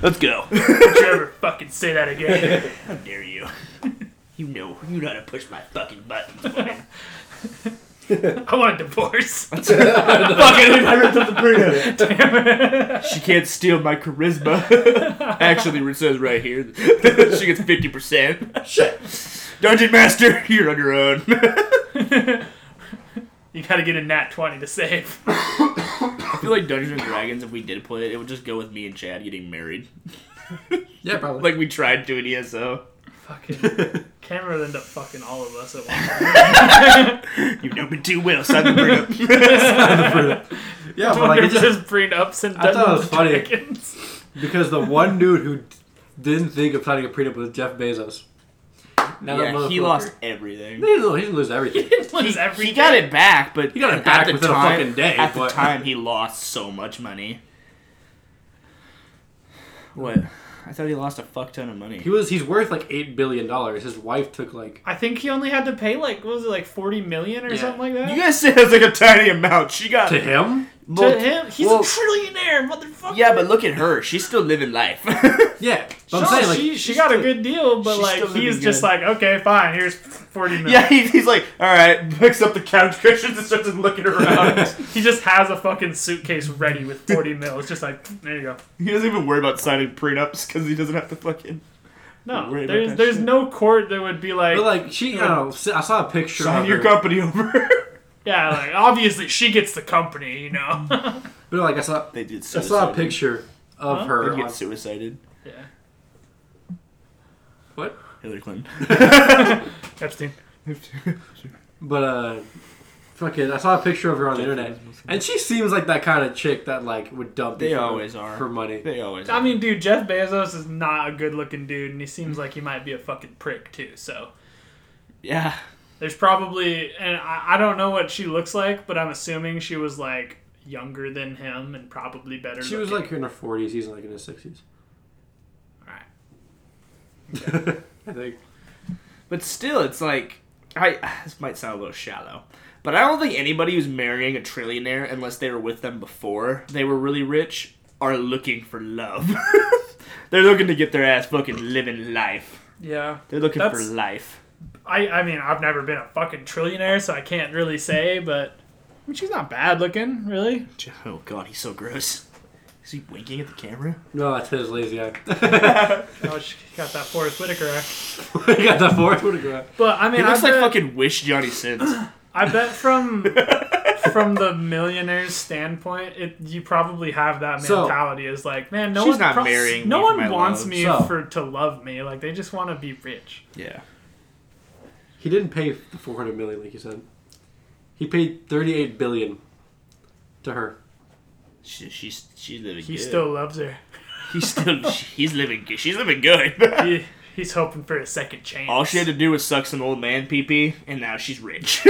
[SPEAKER 2] Let's go.
[SPEAKER 1] Don't you ever fucking say that again.
[SPEAKER 2] How dare you? You know, you know how to push my fucking buttons. woman.
[SPEAKER 1] I want a divorce.
[SPEAKER 2] fucking, I ripped up the prenup.
[SPEAKER 1] Damn it.
[SPEAKER 2] She can't steal my charisma. Actually, it says right here, that she gets fifty percent. Shit, dungeon master, you're on your own.
[SPEAKER 1] you gotta get a nat twenty to save.
[SPEAKER 2] I feel like Dungeons and Dragons. If we did play it, it would just go with me and Chad getting married,
[SPEAKER 3] Yeah, probably.
[SPEAKER 2] like we tried E doing ESO.
[SPEAKER 1] Fucking Cameron would end up fucking all of us at once.
[SPEAKER 2] You know me too well. Sign the prenup.
[SPEAKER 3] yeah, but
[SPEAKER 1] Wonder
[SPEAKER 3] like it
[SPEAKER 1] if
[SPEAKER 3] just,
[SPEAKER 1] there's prenups and
[SPEAKER 3] I thought it
[SPEAKER 1] Dungeons
[SPEAKER 3] was funny.
[SPEAKER 1] and Dragons.
[SPEAKER 3] because the one dude who d- didn't think of signing a prenup was Jeff Bezos. Now that
[SPEAKER 2] Yeah, he
[SPEAKER 3] motherfucker-
[SPEAKER 2] lost everything.
[SPEAKER 3] He didn't, he didn't lose everything.
[SPEAKER 1] Lose
[SPEAKER 2] He
[SPEAKER 1] everything.
[SPEAKER 2] got it back, but
[SPEAKER 3] He got it
[SPEAKER 2] at
[SPEAKER 3] back
[SPEAKER 2] the
[SPEAKER 3] within a
[SPEAKER 2] time-
[SPEAKER 3] fucking day,
[SPEAKER 2] At the
[SPEAKER 3] but-
[SPEAKER 2] time, he lost so much money. What? I thought he lost a fuck ton of money.
[SPEAKER 3] He was he's worth like eight billion dollars. His wife took like
[SPEAKER 1] I think he only had to pay like what was it like forty million or
[SPEAKER 3] Yeah.
[SPEAKER 1] something like that.
[SPEAKER 2] You guys said it was like a tiny amount. She got
[SPEAKER 3] to him.
[SPEAKER 1] to
[SPEAKER 2] Well,
[SPEAKER 1] him, he's
[SPEAKER 2] well-
[SPEAKER 1] a trillionaire, motherfucker.
[SPEAKER 2] Yeah, but look at her. She's still living life.
[SPEAKER 3] Yeah, but
[SPEAKER 1] Sure,
[SPEAKER 3] I'm saying like
[SPEAKER 1] she, she got a
[SPEAKER 2] still-
[SPEAKER 1] good deal, but
[SPEAKER 2] she's
[SPEAKER 1] like
[SPEAKER 2] still living
[SPEAKER 1] he's just
[SPEAKER 2] good.
[SPEAKER 1] like, okay, fine, here's forty million.
[SPEAKER 2] yeah, he, he's like, all right, picks up the couch cushions and starts looking around.
[SPEAKER 1] He just has a fucking suitcase ready with forty mil. It's just like there you go.
[SPEAKER 2] he doesn't even worry about signing prenups because he doesn't have to fucking. Don't worry
[SPEAKER 1] No,
[SPEAKER 2] about
[SPEAKER 1] there's
[SPEAKER 2] that
[SPEAKER 1] there's
[SPEAKER 2] shit.
[SPEAKER 1] no court that would be like,
[SPEAKER 3] but like she I don't know. I saw a picture.
[SPEAKER 2] Sign
[SPEAKER 3] of
[SPEAKER 2] your
[SPEAKER 3] her.
[SPEAKER 2] company over.
[SPEAKER 1] yeah, like obviously she gets the company, you know.
[SPEAKER 3] But like I saw
[SPEAKER 2] they did
[SPEAKER 3] I saw a picture of
[SPEAKER 1] Huh?
[SPEAKER 3] her. on-
[SPEAKER 2] suicided.
[SPEAKER 1] yeah,
[SPEAKER 3] What?
[SPEAKER 2] Hillary Clinton.
[SPEAKER 1] Epstein.
[SPEAKER 3] But uh, fucking I saw a picture of her on the internet, and she seems like that kind of chick that like would dump.
[SPEAKER 2] They
[SPEAKER 3] you for-
[SPEAKER 2] always are.
[SPEAKER 3] for money.
[SPEAKER 2] They always.
[SPEAKER 1] I mean, dude, Jeff Bezos is not a good looking dude, and he seems like he might be a fucking prick too. So
[SPEAKER 2] yeah.
[SPEAKER 1] there's probably, and I, I don't know what she looks like, but I'm assuming she was like younger than him and probably better.
[SPEAKER 3] She was like in her forties. He's like in his sixties.
[SPEAKER 1] Alright.
[SPEAKER 3] I think.
[SPEAKER 2] But still, it's like I. This might sound a little shallow, but I don't think anybody who's marrying a trillionaire, unless they were with them before they were really rich, are looking for love. They're looking to get their ass fucking living life.
[SPEAKER 1] yeah.
[SPEAKER 2] They're looking
[SPEAKER 1] That's-
[SPEAKER 2] for life.
[SPEAKER 1] I, I mean, I've never been a fucking trillionaire, so I can't really say, but I mean, she's not bad looking, really.
[SPEAKER 2] J- Oh god, he's so gross. Is he winking at the camera?
[SPEAKER 3] No, that's his lazy eye.
[SPEAKER 1] Oh, she got that Forrest Whitaker act.
[SPEAKER 3] you got that for? What a grab.
[SPEAKER 1] But I mean,
[SPEAKER 2] He looks
[SPEAKER 1] I
[SPEAKER 2] like
[SPEAKER 1] bet,
[SPEAKER 2] fucking Wish Johnny Sins.
[SPEAKER 1] I bet from from the millionaire's standpoint, it, you probably have that
[SPEAKER 3] So-
[SPEAKER 1] mentality is like, man, no
[SPEAKER 2] She's
[SPEAKER 1] one
[SPEAKER 2] not marrying
[SPEAKER 1] no
[SPEAKER 2] me for
[SPEAKER 1] one
[SPEAKER 2] my
[SPEAKER 1] wants
[SPEAKER 2] love,
[SPEAKER 1] me
[SPEAKER 3] so-
[SPEAKER 1] for to love me. Like they just want to be rich.
[SPEAKER 2] Yeah.
[SPEAKER 3] He didn't pay the 400 million like you said. He paid 38 billion to her.
[SPEAKER 2] She, she's she's living.
[SPEAKER 1] He
[SPEAKER 2] good.
[SPEAKER 1] still loves her.
[SPEAKER 2] he's still he's living. good. She's living good.
[SPEAKER 1] He, he's hoping for a second chance.
[SPEAKER 2] All she had to do was suck some old man pee pee, and now she's rich.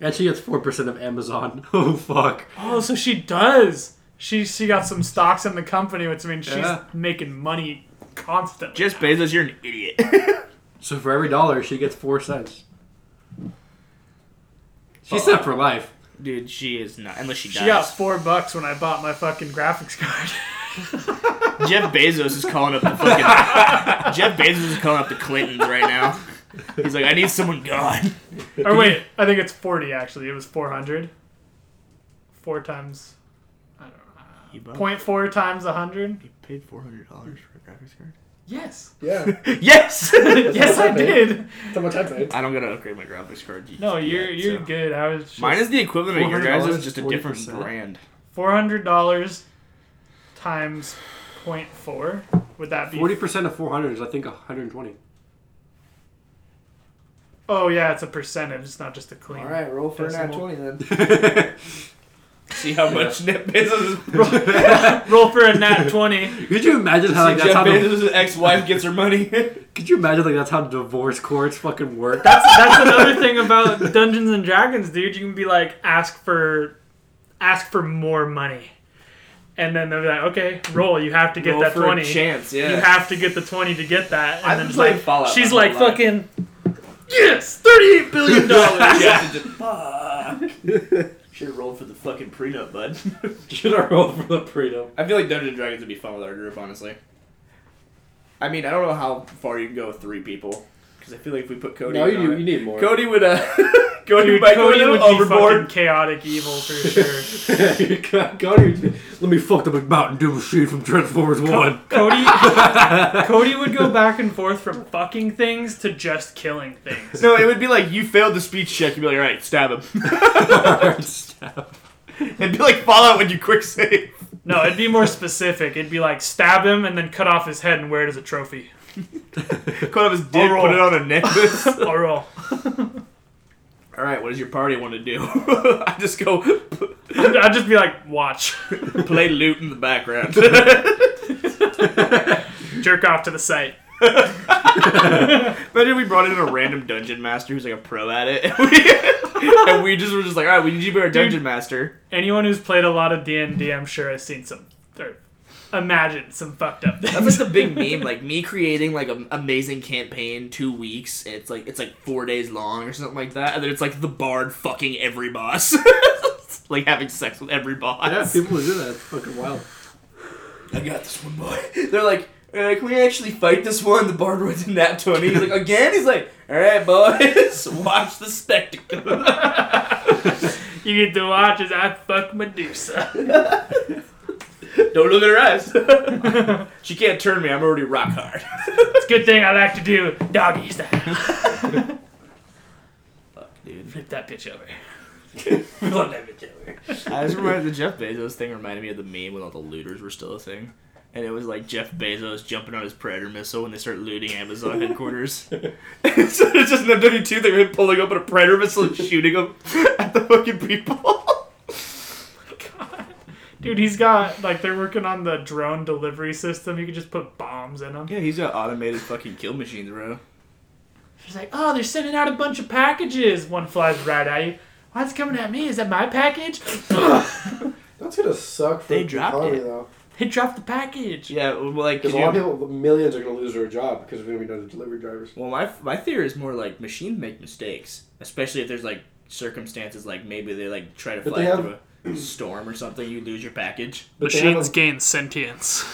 [SPEAKER 3] And she gets 4% of Amazon. Oh fuck.
[SPEAKER 1] Oh, so she does. She she got some stocks in the company, which means she's
[SPEAKER 3] Yeah.
[SPEAKER 1] making money constantly.
[SPEAKER 2] Jeff Bezos, you're an idiot.
[SPEAKER 3] So for every dollar, she gets 4 cents. She's set for life.
[SPEAKER 2] Dude, she is not. Unless she
[SPEAKER 1] she
[SPEAKER 2] dies.
[SPEAKER 1] got four bucks when I bought my fucking graphics card.
[SPEAKER 2] Jeff Bezos is calling up the fucking. Jeff Bezos is calling up the Clintons right now. He's like, I need someone gone.
[SPEAKER 1] or wait, I think it's forty actually. It was four hundred. Four times. I don't know.
[SPEAKER 2] You bought,
[SPEAKER 1] Point four times a hundred.
[SPEAKER 2] You paid four hundred dollars for a graphics card.
[SPEAKER 1] Yes.
[SPEAKER 3] Yeah,
[SPEAKER 2] Yes.
[SPEAKER 1] yes, I did.
[SPEAKER 3] that's how much I paid.
[SPEAKER 2] I don't gotta upgrade my graphics card. You-
[SPEAKER 1] No, you're
[SPEAKER 2] yet,
[SPEAKER 1] you're
[SPEAKER 2] so.
[SPEAKER 1] good. I was just,
[SPEAKER 2] Mine is the equivalent of your guys.
[SPEAKER 3] $400,
[SPEAKER 2] It's just a different
[SPEAKER 3] 40%.
[SPEAKER 2] brand.
[SPEAKER 1] four hundred dollars times point four. Would that be?
[SPEAKER 3] 40% of 400 is, I think, 120.
[SPEAKER 1] Oh yeah, it's a percentage. It's not just a clean.
[SPEAKER 2] roll for
[SPEAKER 1] an Decimal.
[SPEAKER 2] then. See how much Jeff Bezos.
[SPEAKER 1] Roll for a nat twenty.
[SPEAKER 3] could you imagine how like that's how
[SPEAKER 2] Jeff
[SPEAKER 3] the,
[SPEAKER 2] Bezos' ex-wife gets her money.
[SPEAKER 3] could you imagine like that's how divorce courts fucking work?
[SPEAKER 1] That's that's another thing about Dungeons and Dragons, dude. You can be like, ask for, ask for more money, and then they'll be like, okay, roll. You have to get
[SPEAKER 2] Roll
[SPEAKER 1] that
[SPEAKER 2] for
[SPEAKER 1] twenty.
[SPEAKER 2] a chance.
[SPEAKER 1] You
[SPEAKER 2] Yeah.
[SPEAKER 1] have to get the twenty to get that. And
[SPEAKER 2] I've
[SPEAKER 1] then
[SPEAKER 2] been
[SPEAKER 1] it's
[SPEAKER 2] playing
[SPEAKER 1] like,
[SPEAKER 2] Fallout
[SPEAKER 1] She's
[SPEAKER 2] my
[SPEAKER 1] like
[SPEAKER 2] whole life.
[SPEAKER 1] fucking. Yes, thirty-eight billion dollars.
[SPEAKER 2] Jeff is just, fuck. Should have rolled for the fucking prenup, bud.
[SPEAKER 3] Should I roll for the Prito?
[SPEAKER 2] I feel like Dungeons and Dragons would be fun with our group, honestly. I mean, I don't know how far you can go with three people because I feel like if we put Cody,
[SPEAKER 3] No,
[SPEAKER 2] in
[SPEAKER 3] you,
[SPEAKER 2] on
[SPEAKER 3] do-
[SPEAKER 2] it-
[SPEAKER 3] you need more.
[SPEAKER 2] Cody would uh, Cody
[SPEAKER 1] Dude,
[SPEAKER 2] might go a
[SPEAKER 1] Cody
[SPEAKER 2] little
[SPEAKER 1] would be fucking
[SPEAKER 2] overboard.
[SPEAKER 1] chaotic evil for sure.
[SPEAKER 3] Cody, let me fuck the McMountain Dew machine from Transformers One.
[SPEAKER 1] Cody, Cody would go back and forth from fucking things to just killing things.
[SPEAKER 2] No, it would be like you failed the speech check. You'd be like, all right, stab him. It'd be like Fallout when you quick save.
[SPEAKER 1] No, it'd be more specific. It'd be like stab him and then cut off his head and wear it as a trophy.
[SPEAKER 2] Cut off his dick,
[SPEAKER 1] roll.
[SPEAKER 2] put it on a necklace.
[SPEAKER 1] Or roll.
[SPEAKER 2] all right, what does your party want to do? I just go p-
[SPEAKER 1] I'd just be like, watch,
[SPEAKER 2] play loot in the background.
[SPEAKER 1] jerk off to the site.
[SPEAKER 2] Imagine we brought in a random dungeon master who's like a pro at it, and we, and we just were just like, all right, we need you to be our dungeon master.
[SPEAKER 1] Anyone who's played a lot of D and D, I'm sure has seen some, or imagined some fucked up
[SPEAKER 2] That's
[SPEAKER 1] things.
[SPEAKER 2] like the big meme, like me creating like an amazing campaign two weeks. And it's like it's like four days long or something like that, and then it's like the bard fucking every boss, like having sex with every
[SPEAKER 3] yeah,
[SPEAKER 2] boss.
[SPEAKER 3] people do that. It's fucking wild.
[SPEAKER 2] I got this one, boy. They're like, uh, can we actually fight this one? The bard runs in that twenty. He's like, again. He's like, all right, boys, watch the spectacle.
[SPEAKER 1] You get to watch as I fuck Medusa.
[SPEAKER 2] Don't look at her eyes. she can't turn me. I'm already rock hard.
[SPEAKER 1] It's a good thing I like to do doggies.
[SPEAKER 2] Fuck, dude.
[SPEAKER 1] Flip that bitch over.
[SPEAKER 2] Flip that bitch I just remember the Jeff Bezos thing reminded me of the meme when all the looters were still a thing. And it was like Jeff Bezos jumping on his Predator missile when they start looting Amazon headquarters. so it's just an MW2 thing of him pulling up on a Predator missile and shooting them at the fucking people.
[SPEAKER 1] Dude, he's got like they're working on the drone delivery system. You can just put bombs in them.
[SPEAKER 2] yeah, he's got automated fucking kill machines, bro.
[SPEAKER 1] She's like, oh, they're sending out a bunch of packages. One flies right at you. Why it's coming at me? Is that my package?
[SPEAKER 5] That's gonna suck for
[SPEAKER 2] They
[SPEAKER 5] the
[SPEAKER 2] dropped
[SPEAKER 5] economy,
[SPEAKER 2] it.
[SPEAKER 5] though.
[SPEAKER 1] they dropped the package.
[SPEAKER 2] Yeah, well, like,
[SPEAKER 5] Because
[SPEAKER 2] could
[SPEAKER 5] a lot
[SPEAKER 2] you-
[SPEAKER 5] of people, millions are gonna lose their job because there's gonna be no delivery drivers.
[SPEAKER 2] Well, my my theory is more like machines make mistakes, especially if there's like circumstances like maybe they like try to
[SPEAKER 5] But
[SPEAKER 2] fly
[SPEAKER 5] they have-
[SPEAKER 2] through a storm or something, you lose your package.
[SPEAKER 5] But they have
[SPEAKER 1] Machines
[SPEAKER 5] a-
[SPEAKER 1] gain sentience.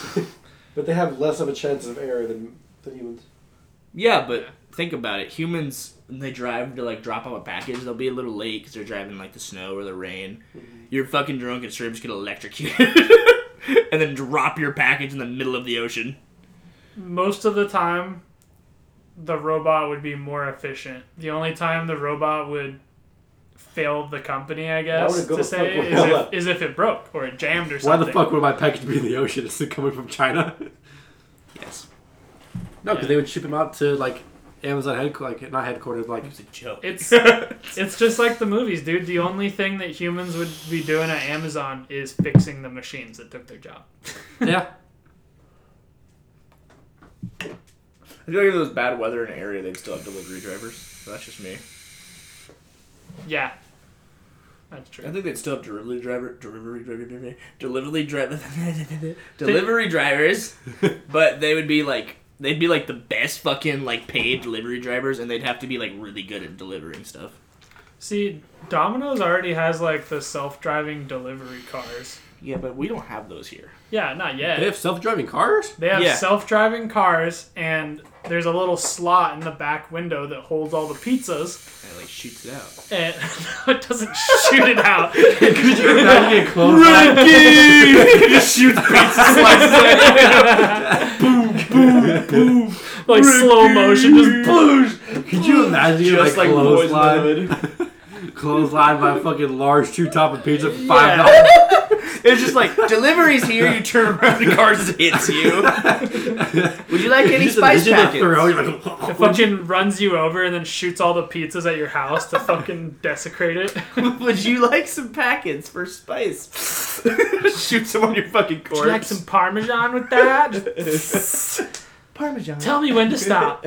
[SPEAKER 5] But they have less of a chance of error than, than humans.
[SPEAKER 2] Yeah, but think about it. Humans when they drive to like drop off a package, they'll be a little late because they're driving in, like the snow or the rain. You're fucking drunk and sure you just get electrocuted, and then drop your package in the middle of the ocean.
[SPEAKER 1] Most of the time, the robot would be more efficient. The only time the robot would failed the company, I
[SPEAKER 5] Why would
[SPEAKER 1] guess,
[SPEAKER 5] it go
[SPEAKER 1] to
[SPEAKER 5] the fuck
[SPEAKER 1] say
[SPEAKER 5] way
[SPEAKER 1] is if,
[SPEAKER 5] up?
[SPEAKER 1] is if it broke or it jammed or
[SPEAKER 3] Why
[SPEAKER 1] something.
[SPEAKER 3] the fuck would my package be in the ocean? Is it coming from China?
[SPEAKER 2] Yes.
[SPEAKER 3] No, because they would ship them out to like Amazon headquarters, like not headquarters, like
[SPEAKER 2] It's a joke.
[SPEAKER 1] It's it's just like the movies, dude. The only thing that humans would be doing at Amazon is fixing the machines that took their job.
[SPEAKER 3] yeah.
[SPEAKER 2] I feel like if it was bad weather in an area, they'd still have delivery drivers. So that's just me.
[SPEAKER 1] Yeah, that's
[SPEAKER 2] I
[SPEAKER 1] true.
[SPEAKER 2] think they'd still have delivery driver, delivery driver, delivery- delivery driver, delivery drivers, but they would be like they'd be like the best fucking like paid delivery drivers, and they'd have to be like really good at delivering stuff.
[SPEAKER 1] See, Domino's already has like the self-driving delivery cars.
[SPEAKER 2] Yeah, but we don't have those here.
[SPEAKER 1] Yeah, not yet.
[SPEAKER 3] They have self-driving cars.
[SPEAKER 1] They have
[SPEAKER 2] Yeah.
[SPEAKER 1] self-driving cars, and there's a little slot in the back window that holds all the pizzas,
[SPEAKER 2] And it, like shoots it out.
[SPEAKER 1] and it doesn't shoot it out.
[SPEAKER 3] Could you imagine a close
[SPEAKER 2] just shoots pizza slices.
[SPEAKER 1] like slow motion, just
[SPEAKER 3] Could you imagine getting,
[SPEAKER 2] Just
[SPEAKER 3] like,
[SPEAKER 2] like boys
[SPEAKER 3] clothesline,
[SPEAKER 2] in the hood.
[SPEAKER 3] clothesline by a fucking large two top of pizza for five
[SPEAKER 1] Yeah.
[SPEAKER 3] dollars?
[SPEAKER 2] It's just like deliveries here. You turn around, the car just hits you. Would you like any spice packets?
[SPEAKER 1] It fucking runs you over and then shoots all the pizzas at your house to fucking desecrate it.
[SPEAKER 2] Would you like some packets for spice? Shoot some on your fucking corpse.
[SPEAKER 1] Would you like some parmesan with that?
[SPEAKER 2] parmesan.
[SPEAKER 1] Tell me when to stop.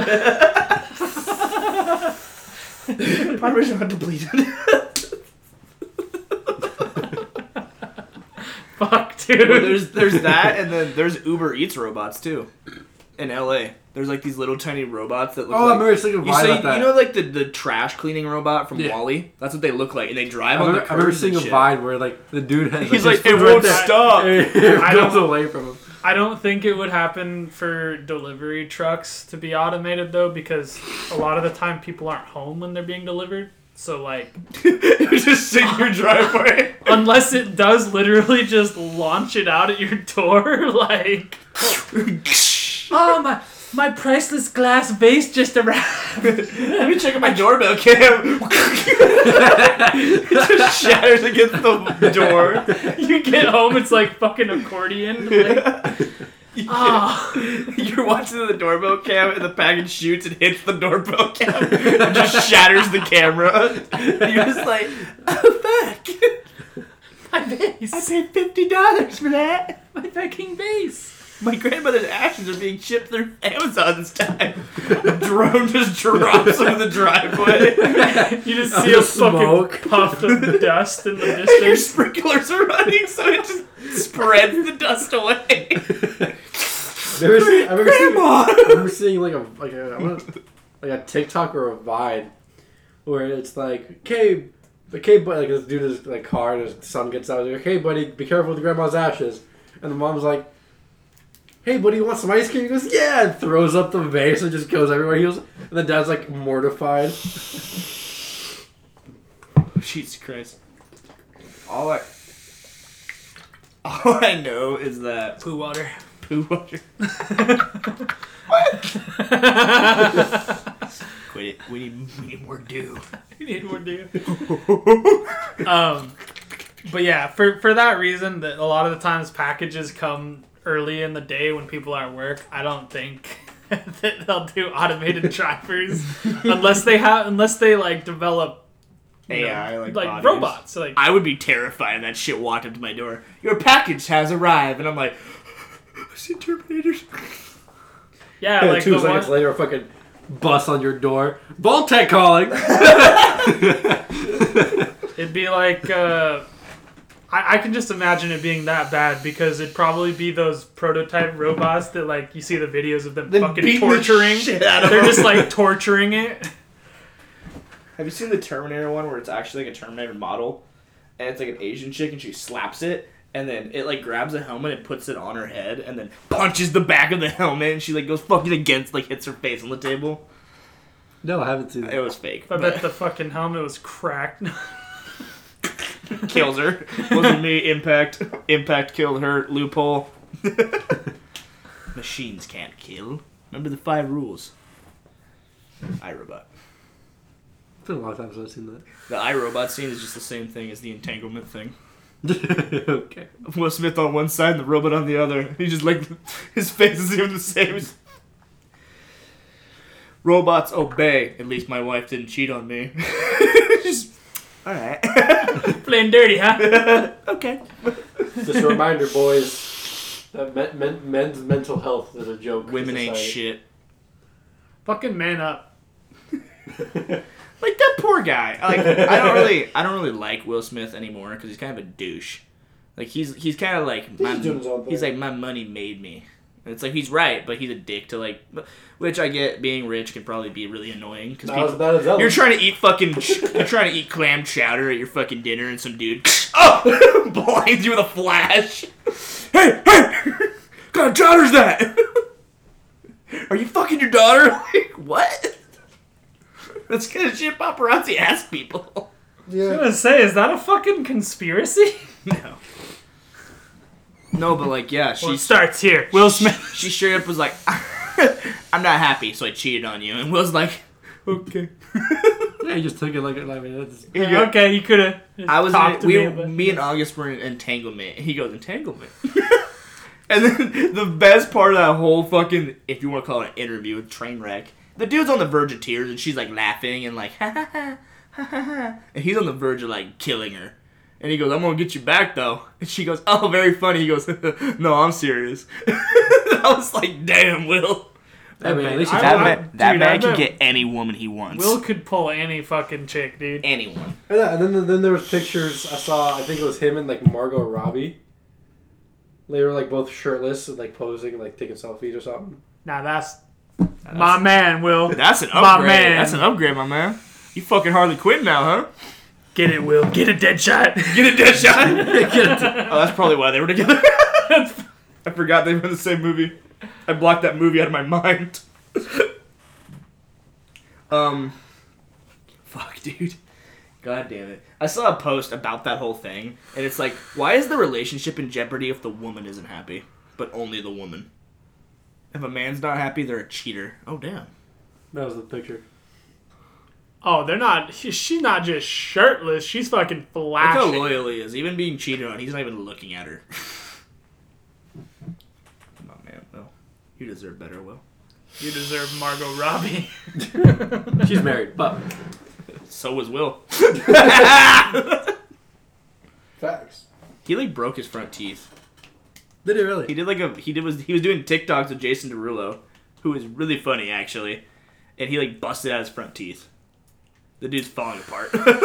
[SPEAKER 2] parmesan depleted.
[SPEAKER 1] Fuck,
[SPEAKER 2] Well,
[SPEAKER 1] dude.
[SPEAKER 2] there's there's that, and then there's Uber Eats robots too, in L.A. There's like these little tiny robots that look.
[SPEAKER 3] Oh,
[SPEAKER 2] like,
[SPEAKER 3] I'm very sick of
[SPEAKER 2] you,
[SPEAKER 3] Vine
[SPEAKER 2] see-
[SPEAKER 3] about that.
[SPEAKER 2] you know, like the, the trash cleaning robot from
[SPEAKER 3] Yeah.
[SPEAKER 2] Wally. That's what they look like, and they drive
[SPEAKER 3] I
[SPEAKER 2] on
[SPEAKER 3] remember,
[SPEAKER 2] the
[SPEAKER 3] I remember
[SPEAKER 2] curbs
[SPEAKER 3] seeing a
[SPEAKER 2] and shit.
[SPEAKER 3] vine where like the dude had
[SPEAKER 2] He's
[SPEAKER 3] his
[SPEAKER 2] like, it
[SPEAKER 3] foot right
[SPEAKER 2] won't
[SPEAKER 3] there."
[SPEAKER 2] stop.
[SPEAKER 3] it
[SPEAKER 1] I
[SPEAKER 3] goes
[SPEAKER 1] don't-
[SPEAKER 3] away from him.
[SPEAKER 1] I don't think it would happen for delivery trucks to be automated though, because a lot of the time people aren't home when they're being delivered. So like,
[SPEAKER 2] You're just sit in your driveway.
[SPEAKER 1] unless it does literally just launch it out at your door, like, oh my, my priceless glass vase just arrived.
[SPEAKER 2] Let me check out my doorbell cam. it just shatters against the door.
[SPEAKER 1] You get home, it's like fucking accordion. Like, ah,
[SPEAKER 2] You're watching the doorbell cam, and the package shoots and hits the doorbell cam, and just shatters the camera. You're just like, oh fuck!
[SPEAKER 1] my vase,
[SPEAKER 2] paid fifty dollars for that.
[SPEAKER 1] my fucking vase.
[SPEAKER 2] My grandmother's ashes are being shipped through Amazon this time. A drone just drops over the driveway.
[SPEAKER 1] You just
[SPEAKER 3] Of
[SPEAKER 1] see
[SPEAKER 3] the
[SPEAKER 1] a
[SPEAKER 3] smoke.
[SPEAKER 1] fucking puff of dust in the
[SPEAKER 2] Your
[SPEAKER 1] distance.
[SPEAKER 2] sprinklers are running, so it just spreads the dust away.
[SPEAKER 3] I remember seeing, I remember seeing,
[SPEAKER 2] Grandma.
[SPEAKER 3] I remember seeing like a like a I wanna- like a TikTok or a Vine where it's like, okay, okay, but like this dude is like car and his son gets out. He's like, hey, buddy, be careful with grandma's ashes. And the mom's like, hey, buddy, you want some ice cream? He goes, yeah, and throws up the vase and just goes everywhere. He goes, and the dad's like mortified.
[SPEAKER 2] Jesus Christ. All I All I know is that
[SPEAKER 1] Poo water.
[SPEAKER 2] poo water. Quit it. We need we need more dew.
[SPEAKER 1] You need more dew. um, but yeah, for for that reason, that a lot of the times packages come early in the day when people are at work. I don't think that they'll do automated drivers unless they have unless they like develop you know,
[SPEAKER 2] AI, like bodies.
[SPEAKER 1] robots. Like
[SPEAKER 2] I would be terrified if that shit walked up to my door. Your package has arrived, and I'm like, I see Terminators.
[SPEAKER 1] yeah, like
[SPEAKER 3] Two
[SPEAKER 1] the
[SPEAKER 3] seconds
[SPEAKER 1] one,
[SPEAKER 3] later, a fucking bus on your door. Voltec calling.
[SPEAKER 1] it'd be like. Uh, I I can just imagine it being that bad because it'd probably be those prototype robots that like you see the videos of them
[SPEAKER 2] Then
[SPEAKER 1] fucking
[SPEAKER 2] beating the
[SPEAKER 1] torturing.
[SPEAKER 2] shit out of
[SPEAKER 1] They're
[SPEAKER 2] them.
[SPEAKER 1] just like torturing it.
[SPEAKER 2] Have you seen the Terminator one where it's actually like a Terminator model, and it's like an Asian chick and she slaps it, and then it like grabs a helmet and puts it on her head, and then punches the back of the helmet, and she like goes fucking against, like hits her face on the table.
[SPEAKER 3] No, I haven't seen
[SPEAKER 2] It
[SPEAKER 3] that.
[SPEAKER 2] was fake.
[SPEAKER 1] I
[SPEAKER 2] but
[SPEAKER 1] bet the fucking helmet was cracked.
[SPEAKER 2] kills her. Wasn't me. Impact. Impact killed her. Loophole. Machines can't kill. Remember the five rules. iRobot.
[SPEAKER 3] I been a long time since I've seen
[SPEAKER 2] The iRobot scene is just the same thing as the entanglement thing.
[SPEAKER 3] that. okay.
[SPEAKER 2] Will Smith on one side, and the robot on the other. He just like his face is even the same. He's- Robots obey. At least my wife didn't cheat on me. just all right.
[SPEAKER 1] Playing dirty, huh?
[SPEAKER 2] okay.
[SPEAKER 5] Just a reminder, boys, that men, men, men's mental health is a joke. in
[SPEAKER 2] Women ain't
[SPEAKER 5] society.
[SPEAKER 2] shit.
[SPEAKER 1] Fucking man up.
[SPEAKER 2] Like that poor guy. Like I don't really, I don't really like Will Smith anymore because he's kind of a douche. Like he's he's kind of like my,
[SPEAKER 5] doing his own
[SPEAKER 2] he's
[SPEAKER 5] thing.
[SPEAKER 2] like my money made me. And it's like he's right, but he's a dick to like, which I get. Being rich can probably be really annoying because
[SPEAKER 5] That was, that is that
[SPEAKER 2] You're
[SPEAKER 5] was-
[SPEAKER 2] trying to eat fucking. You're trying to eat clam chowder at your fucking dinner, and some dude oh blinds you with a flash. Hey, hey, what kind of chowder's that? Are you fucking your daughter? Like, what? That's kind of shit paparazzi ask people.
[SPEAKER 1] I
[SPEAKER 5] Yeah.
[SPEAKER 1] was gonna say, is that a fucking conspiracy?
[SPEAKER 2] No. No, but like, yeah, she
[SPEAKER 1] Well, it starts here. Will Smith.
[SPEAKER 2] she straight up was like, "I'm not happy, so I cheated on you," and Will's like, "Okay."
[SPEAKER 3] Yeah, you just took it like it. Like, that's,
[SPEAKER 2] go.
[SPEAKER 1] okay, you could have.
[SPEAKER 2] I was
[SPEAKER 1] talked to
[SPEAKER 2] we,
[SPEAKER 1] me,
[SPEAKER 2] were-
[SPEAKER 1] but-
[SPEAKER 2] me and August were in entanglement. He goes entanglement, and then the best part of that whole fucking if you want to call it an interview, a train wreck. The dude's on the verge of tears, and she's like laughing and like ha ha ha ha ha, ha, and he's on the verge of like killing her. And he goes, "I'm gonna get you back though," and she goes, "Oh, very funny." He goes, "No, I'm serious." I was like, "Damn, Will."
[SPEAKER 3] I mean, at least you
[SPEAKER 1] I-
[SPEAKER 2] That
[SPEAKER 1] I-
[SPEAKER 3] tried.
[SPEAKER 2] man, that
[SPEAKER 1] dude, I
[SPEAKER 2] man can
[SPEAKER 1] bet-
[SPEAKER 2] get any woman he wants.
[SPEAKER 1] Will could pull any fucking chick, dude.
[SPEAKER 2] anyone.
[SPEAKER 5] And then- and then then there was pictures I saw. I think it was him and like Margot Robbie. They were like both shirtless and like posing, like taking selfies or something.
[SPEAKER 1] Now that's, my man, Will.
[SPEAKER 2] That's an upgrade.
[SPEAKER 1] My man.
[SPEAKER 2] That's an upgrade, my man. You fucking Harley Quinn now, huh?
[SPEAKER 1] Get it, Will. Get a dead shot.
[SPEAKER 2] Get a dead shot. oh, that's probably why they were together. I forgot they were in the same movie. I blocked that movie out of my mind. um, fuck, dude. God damn it. I saw a post about that whole thing, and it's like, why is the relationship in jeopardy if the woman isn't happy, but only the woman? If a man's not happy, they're a cheater. Oh damn.
[SPEAKER 3] that was the picture.
[SPEAKER 1] oh, they're not. she- She's not just shirtless. She's fucking
[SPEAKER 2] Look how
[SPEAKER 1] flashing.
[SPEAKER 2] loyal he is. Even being cheated on, he's not even looking at her. Come on, man. Will. You deserve better, Will.
[SPEAKER 1] You deserve Margot Robbie.
[SPEAKER 3] She's married, but
[SPEAKER 2] So was Will.
[SPEAKER 5] Facts.
[SPEAKER 2] he like broke his front teeth.
[SPEAKER 3] did it
[SPEAKER 2] He
[SPEAKER 3] really?
[SPEAKER 2] did like a he did was he was doing TikToks with Jason Derulo, who is really funny actually, and he like busted out his front teeth. The dude's falling apart. Come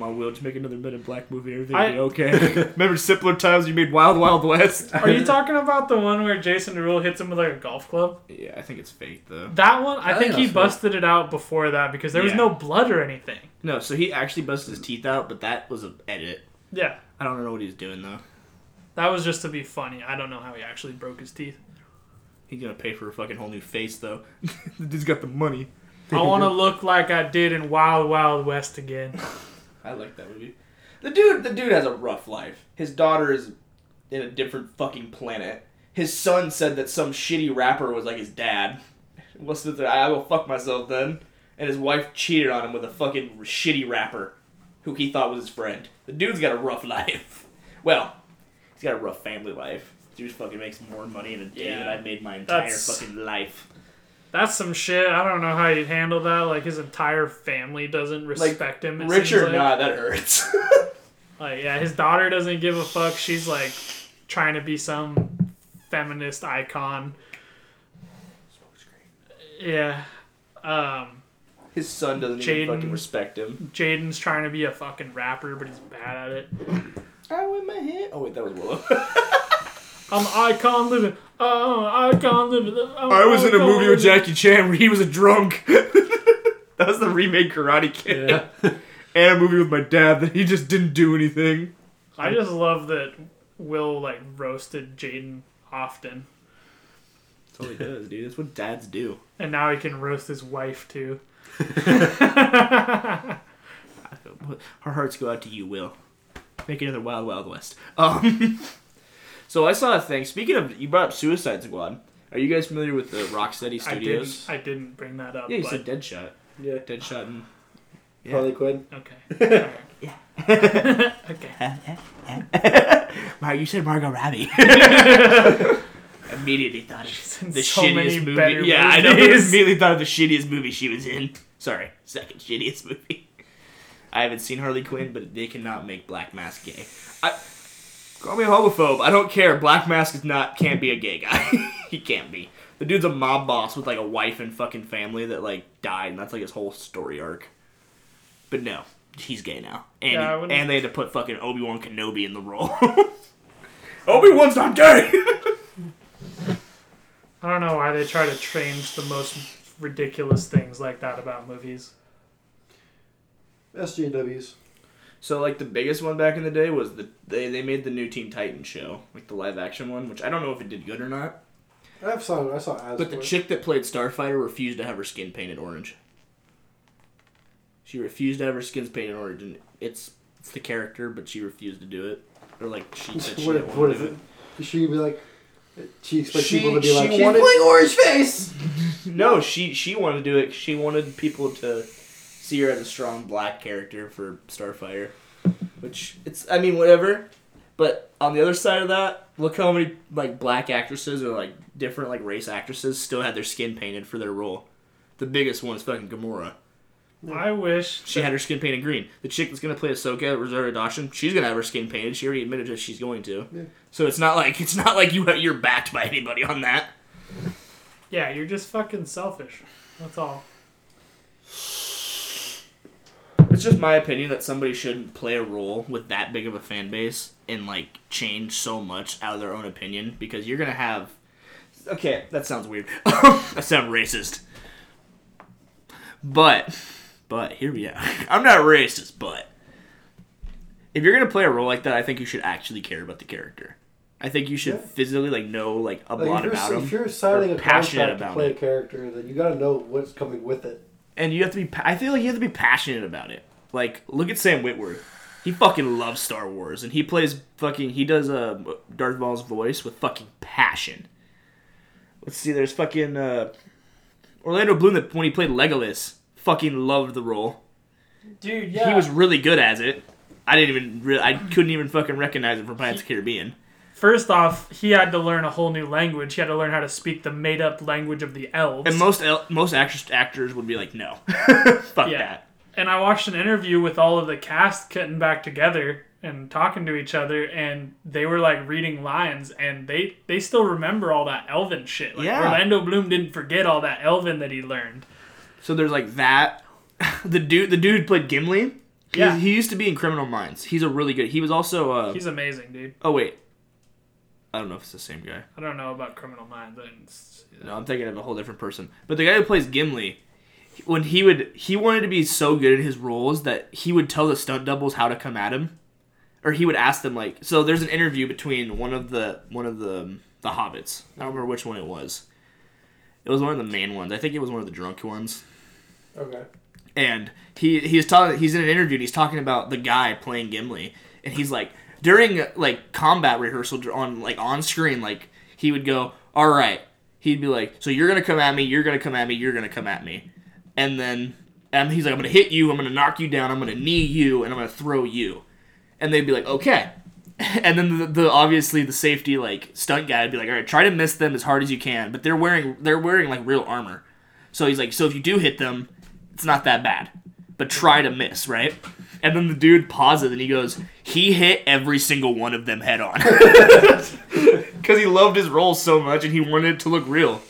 [SPEAKER 2] on, Will, just make another Men in Black movie. Everything will
[SPEAKER 1] I-
[SPEAKER 2] be okay. Remember simpler times you made Wild Wild West?
[SPEAKER 1] Are you talking about the one where Jason Derulo hits him with like a golf club?
[SPEAKER 2] yeah, I think it's fake though.
[SPEAKER 1] That one, I,
[SPEAKER 3] I
[SPEAKER 1] think
[SPEAKER 3] think
[SPEAKER 1] he
[SPEAKER 3] that's right.
[SPEAKER 1] busted it out before that because there was
[SPEAKER 2] Yeah.
[SPEAKER 1] no blood or anything.
[SPEAKER 2] No, so he actually busted his teeth out, but that was an edit.
[SPEAKER 1] Yeah,
[SPEAKER 2] I don't know what he's doing though.
[SPEAKER 1] that was just to be funny. I don't know how he actually broke his teeth.
[SPEAKER 2] He's gonna pay for a fucking whole new face though. the dude's got the money.
[SPEAKER 1] I want to look like I did in Wild Wild West again.
[SPEAKER 2] I like that movie. The dude, the dude has a rough life. His daughter is in a different fucking planet. His son said that some shitty rapper was like his dad. Listen to that. I will fuck myself then. And his wife cheated on him with a fucking shitty rapper, who he thought was his friend. The dude's got a rough life. Well, he's got a rough family life. Dude fucking makes more money in a day
[SPEAKER 1] Yeah.
[SPEAKER 2] than I made my entire
[SPEAKER 1] That's-
[SPEAKER 2] fucking life.
[SPEAKER 1] That's some shit. I don't know how you'd handle that. Like his entire family doesn't respect him. It
[SPEAKER 2] Rich
[SPEAKER 1] seems
[SPEAKER 2] or
[SPEAKER 1] like.
[SPEAKER 2] not, that hurts.
[SPEAKER 1] Like yeah, his daughter doesn't give a fuck. She's like trying to be some feminist icon. Yeah. Um,
[SPEAKER 2] His son doesn't
[SPEAKER 1] Jaden.
[SPEAKER 2] even fucking respect him.
[SPEAKER 1] Jaden's trying to be a fucking rapper, but he's bad at it.
[SPEAKER 2] I went my head. Oh wait, that was Willow.
[SPEAKER 1] I'm an icon living. Oh, icon living. I'm
[SPEAKER 2] I was in a
[SPEAKER 1] icon
[SPEAKER 2] movie
[SPEAKER 1] living.
[SPEAKER 2] with Jackie Chan where he was a drunk. that was the remake Karate Kid.
[SPEAKER 3] Yeah.
[SPEAKER 2] And a movie with my dad that he just didn't do anything.
[SPEAKER 1] I just love that Will like roasted Jaden often,
[SPEAKER 2] That's all he does, dude. That's what dads do.
[SPEAKER 1] and now he can roast his wife too.
[SPEAKER 2] Our hearts go out to you, Will. Make another Wild Wild West. Um, so I saw a thing. Speaking of, you brought up Suicide Squad. Are you guys familiar with the Rocksteady
[SPEAKER 1] I didn't.
[SPEAKER 2] Studios?
[SPEAKER 1] I didn't bring that up.
[SPEAKER 2] yeah, you
[SPEAKER 1] but
[SPEAKER 2] said Deadshot.
[SPEAKER 5] Yeah.
[SPEAKER 2] Deadshot and Yeah.
[SPEAKER 5] Harley Quinn.
[SPEAKER 1] Okay. All right. okay.
[SPEAKER 2] wow, you said Margot Robbie. immediately thought of
[SPEAKER 1] She's in
[SPEAKER 2] the
[SPEAKER 1] so many
[SPEAKER 2] shittiest
[SPEAKER 1] better
[SPEAKER 2] movie. Yeah, I know.
[SPEAKER 1] movies.
[SPEAKER 2] Immediately thought of the shittiest movie she was in. Sorry, second shittiest movie. I haven't seen Harley Quinn, but they cannot make Black Mask gay. I, call me a homophobe. I don't care. Black Mask is not can't be a gay guy. he can't be. The dude's a mob boss with like a wife and fucking family that like died, and that's like his whole story arc. But no, he's gay now, and
[SPEAKER 1] Yeah, I
[SPEAKER 2] he-
[SPEAKER 1] wouldn't-
[SPEAKER 2] and they had to put fucking Obi Wan Kenobi in the role. Obi Wan's not gay.
[SPEAKER 1] I don't know why they try to change the most ridiculous things like that about movies.
[SPEAKER 5] SJWs.
[SPEAKER 2] So like the biggest one back in the day was the they, they made the new Teen Titan show, like the live action one, which I don't know if it did good or not.
[SPEAKER 5] I saw I saw ads.
[SPEAKER 2] But
[SPEAKER 5] for
[SPEAKER 2] the
[SPEAKER 5] it.
[SPEAKER 2] chick that played Starfighter refused to have her skin painted orange. She refused to have her skin painted orange, and it's it's the character, but she refused to do it, or like she said she
[SPEAKER 5] What-
[SPEAKER 2] didn't
[SPEAKER 5] what
[SPEAKER 2] want to
[SPEAKER 5] is
[SPEAKER 2] do
[SPEAKER 5] it?
[SPEAKER 2] it.
[SPEAKER 5] She be like, she expects
[SPEAKER 2] She-
[SPEAKER 5] people to be
[SPEAKER 2] she
[SPEAKER 5] like,
[SPEAKER 2] wanted-
[SPEAKER 5] playing orange face.
[SPEAKER 2] No, she she wanted to do it. She wanted people to see her as a strong black character for Starfire, which it's I mean whatever. But on the other side of that, look how many like black actresses or like different like race actresses still had their skin painted for their role. The biggest one is fucking Gamora.
[SPEAKER 1] I wish
[SPEAKER 2] She had her skin painted green. The chick that's gonna play Ahsoka, Reserva Dawson, she's gonna have her skin painted. She already admitted that she's going to.
[SPEAKER 5] Yeah.
[SPEAKER 2] So it's not like it's not like you you're backed by anybody on that.
[SPEAKER 1] Yeah, you're just fucking selfish. That's all.
[SPEAKER 2] It's just my opinion that somebody shouldn't play a role with that big of a fan base and like change so much out of their own opinion because you're gonna have. Okay, that sounds weird. that sounds racist. But, but here we are. I'm not racist, but if you're gonna play a role like that, I think you should actually care about the character. I think you should
[SPEAKER 5] Yeah.
[SPEAKER 2] physically like know like a
[SPEAKER 5] Like,
[SPEAKER 2] lot
[SPEAKER 5] if,
[SPEAKER 2] about
[SPEAKER 5] you're,
[SPEAKER 2] him.
[SPEAKER 5] if you're signing
[SPEAKER 2] They're
[SPEAKER 5] a
[SPEAKER 2] passionate
[SPEAKER 5] contract
[SPEAKER 2] about
[SPEAKER 5] to play
[SPEAKER 2] it.
[SPEAKER 5] a character, then you got to know what's coming with it.
[SPEAKER 2] and you have to be. pa- I feel like you have to be passionate about it. Like, look at Sam Whitworth. He fucking loves Star Wars, and he plays fucking. He does uh, Darth Maul's voice with fucking passion. Let's see. There's fucking uh, Orlando Bloom that when he played Legolas, fucking loved the role.
[SPEAKER 1] Dude,
[SPEAKER 2] He was really good as it. I didn't even. Re- I couldn't even fucking recognize him from Pirates of the Caribbean.
[SPEAKER 1] First off, he had to learn a whole new language. He had to learn how to speak the made up language of the elves.
[SPEAKER 2] And most el- most actors actors would be like, no, fuck
[SPEAKER 1] Yeah.
[SPEAKER 2] that.
[SPEAKER 1] and I watched an interview with all of the cast getting back together and talking to each other, and they were like reading lines, and they they still remember all that Elven shit. Like
[SPEAKER 2] Yeah.
[SPEAKER 1] Orlando Bloom didn't forget all that Elven that he learned.
[SPEAKER 2] So there's like that. The dude, the dude who played Gimli. he-
[SPEAKER 1] Yeah.
[SPEAKER 2] He, used to be in Criminal Minds. He's a really good. He was also. Uh,
[SPEAKER 1] He's amazing, dude.
[SPEAKER 2] oh wait, I don't know if it's the same guy.
[SPEAKER 1] I don't know about Criminal Minds. I didn't s-
[SPEAKER 2] No, I'm thinking of a whole different person. But the guy who plays Gimli, when he would, he wanted to be so good in his roles that he would tell the stunt doubles how to come at him, or he would ask them like. So there's an interview between one of the one of the the hobbits. I don't remember which one it was. It was one of the main ones. I think it was one of the drunk ones.
[SPEAKER 5] Okay.
[SPEAKER 2] and he he's talking he's in an interview and he's talking about the guy playing Gimli and he's like during like combat rehearsal dur- on like on screen like he would go all right he'd be like so you're gonna come at me you're gonna come at me you're gonna come at me and then and he's like I'm gonna hit you I'm gonna knock you down I'm gonna knee you and I'm gonna throw you and they'd be like okay and then the, the obviously the safety like stunt guy would be like all right try to miss them as hard as you can but they're wearing they're wearing like real armor so he's like, so if you do hit them, it's not that bad. But try to miss, right? And then the dude pauses and he goes, he hit every single one of them head on. Because he loved his role so much and he wanted it to look real.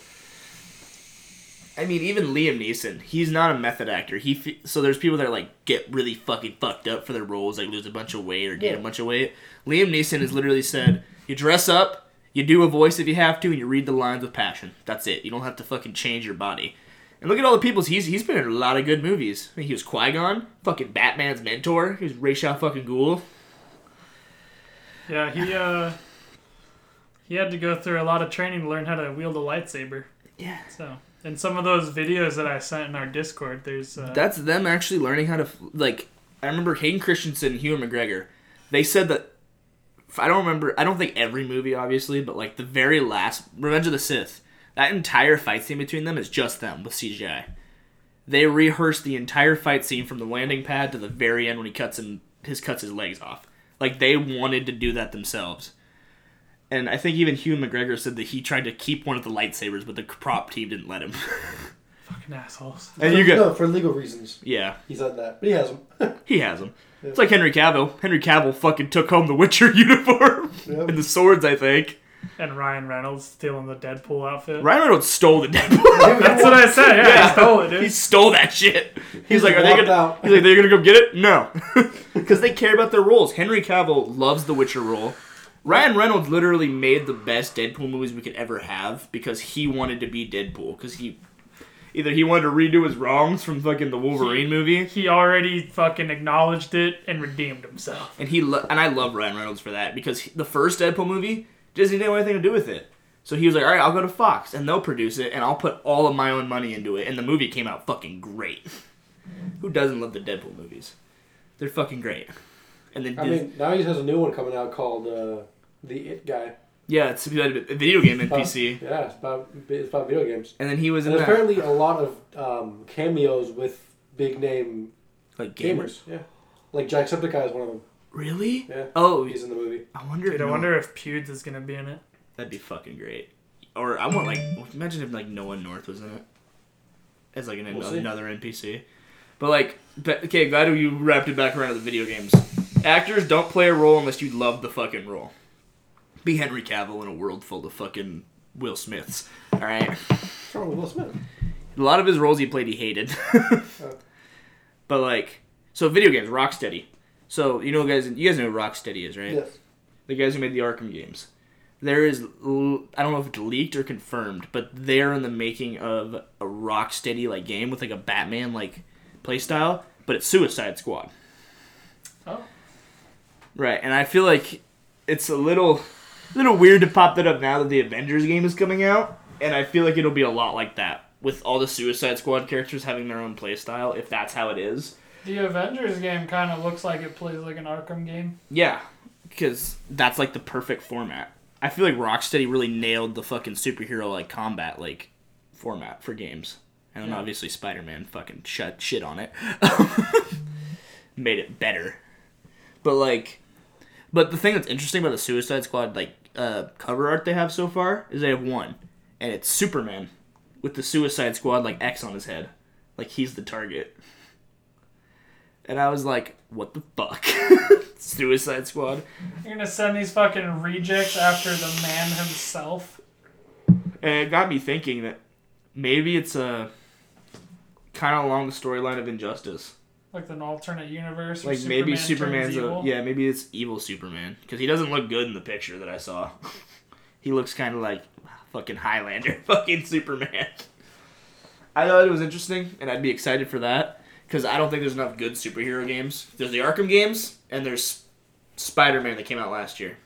[SPEAKER 2] I mean, even Liam Neeson, he's not a method actor. He fe- so there's people that like get really fucking fucked up for their roles, like lose a bunch of weight or gain a bunch of weight. Liam Neeson has literally said, "You dress up, you do a voice if you have to, and you read the lines with passion. That's it. You don't have to fucking change your body." And look at all the people's he's he's been in a lot of good movies. I mean, he was Qui Gon, fucking Batman's mentor. He was Ra's fucking Ghoul.
[SPEAKER 1] Yeah, he uh, he had to go through a lot of training to learn how to wield a lightsaber.
[SPEAKER 2] Yeah.
[SPEAKER 1] So, and some of those videos that I sent in our Discord, there's uh,
[SPEAKER 2] That's them actually learning how to f- like. I remember Hayden Christensen, and Hugh McGregor. They said that I don't remember. I don't think every movie, obviously, but like the very last Revenge of the Sith, that entire fight scene between them is just them with CGI. They rehearsed the entire fight scene from the landing pad to the very end when he cuts him his cuts his legs off. Like they wanted to do that themselves. And I think even Hugh McGregor said that he tried to keep one of the lightsabers, but the prop team didn't let him.
[SPEAKER 1] Fucking assholes.
[SPEAKER 2] and you go,
[SPEAKER 5] No, for legal reasons.
[SPEAKER 2] yeah,
[SPEAKER 5] He's on that. But he has them.
[SPEAKER 2] he has them. It's like Henry Cavill. Henry Cavill fucking took home the Witcher uniform
[SPEAKER 5] Yep.
[SPEAKER 2] and the swords. I think
[SPEAKER 1] And Ryan Reynolds stealing the Deadpool outfit.
[SPEAKER 2] Ryan Reynolds stole the Deadpool.
[SPEAKER 1] That's what I said. Yeah,
[SPEAKER 2] Yeah.
[SPEAKER 1] he stole it, dude.
[SPEAKER 2] He stole that shit. He's, like, are they
[SPEAKER 5] walked
[SPEAKER 2] gonna?
[SPEAKER 5] out.
[SPEAKER 2] He's like, they're gonna go get it? No, because they care about their roles. Henry Cavill loves the Witcher role. Ryan Reynolds literally made the best Deadpool movies we could ever have because he wanted to be Deadpool. Because he either he wanted to redo his wrongs from fucking the Wolverine movie,
[SPEAKER 1] he already fucking acknowledged it and redeemed himself.
[SPEAKER 2] and he lo- and I love Ryan Reynolds for that because he- the first Deadpool movie Disney didn't want anything to do with it. So he was like, all right, I'll go to Fox and they'll produce it and I'll put all of my own money into it. And the movie came out fucking great. Who doesn't love the Deadpool movies? They're fucking great. And then
[SPEAKER 5] I
[SPEAKER 2] Dis-
[SPEAKER 5] mean, now he has a new one coming out called uh, The It Guy.
[SPEAKER 2] yeah, it's a video game NPC.
[SPEAKER 5] Yeah, it's about, it's about video games.
[SPEAKER 2] And then he was in
[SPEAKER 5] uh, And
[SPEAKER 2] that,
[SPEAKER 5] apparently a lot of um, cameos with big name
[SPEAKER 2] like gamers.
[SPEAKER 5] gamers. Yeah. Like Jacksepticeye is one of them.
[SPEAKER 2] Really?
[SPEAKER 5] Yeah.
[SPEAKER 2] Oh,
[SPEAKER 5] He's in the movie.
[SPEAKER 2] I wonder.
[SPEAKER 1] Dude,
[SPEAKER 2] no-
[SPEAKER 1] I wonder if Pewds is gonna be in it.
[SPEAKER 2] That'd be fucking great. Or I want like imagine if like Noah North was in it as like an,
[SPEAKER 5] We'll see.
[SPEAKER 2] another NPC. But like, but, okay, glad you wrapped it back around to the video games. Actors don't play a role unless you love the fucking role. Be Henry Cavill in a world full of fucking Will Smiths. All right,
[SPEAKER 5] What's
[SPEAKER 2] Oh,
[SPEAKER 5] wrong with Will Smith?
[SPEAKER 2] a lot of his roles he played he hated. but like, so video games, Rocksteady. So you know, guys, you guys know who Rocksteady is, right?
[SPEAKER 5] Yes.
[SPEAKER 2] the guys who made the Arkham games. There is, l- I don't know if it's leaked or confirmed, but they're in the making of a Rocksteady like game with like a Batman like play style, but it's Suicide Squad.
[SPEAKER 1] Oh.
[SPEAKER 2] Right, and I feel like it's a little, little weird to pop that up now that the Avengers game is coming out, and I feel like it'll be a lot like that with all the Suicide Squad characters having their own play style, if that's how it is.
[SPEAKER 1] The Avengers game kind of looks like it plays like an Arkham game.
[SPEAKER 2] Yeah, because that's like the perfect format. I feel like Rocksteady really nailed the fucking superhero like combat like format for games, and then
[SPEAKER 1] Yeah.
[SPEAKER 2] obviously Spider Man fucking shut shit on it, made it better. But like, but the thing that's interesting about the Suicide Squad like uh, cover art they have so far is they have one, and it's Superman with the Suicide Squad like X on his head, like he's the target. And I was like, what the fuck? Suicide Squad.
[SPEAKER 1] You're gonna send these fucking rejects after the man himself.
[SPEAKER 2] And it got me thinking that maybe it's a kind of along the storyline of Injustice.
[SPEAKER 1] Like an alternate universe. where
[SPEAKER 2] Like maybe
[SPEAKER 1] Superman turns
[SPEAKER 2] Superman's a
[SPEAKER 1] evil.
[SPEAKER 2] yeah, maybe it's evil Superman because he doesn't look good in the picture that I saw. he looks kind of like fucking Highlander, fucking Superman. I thought it was interesting, and I'd be excited for that because I don't think there's enough good superhero games. There's the Arkham games, and there's Spider-Man that came out last year.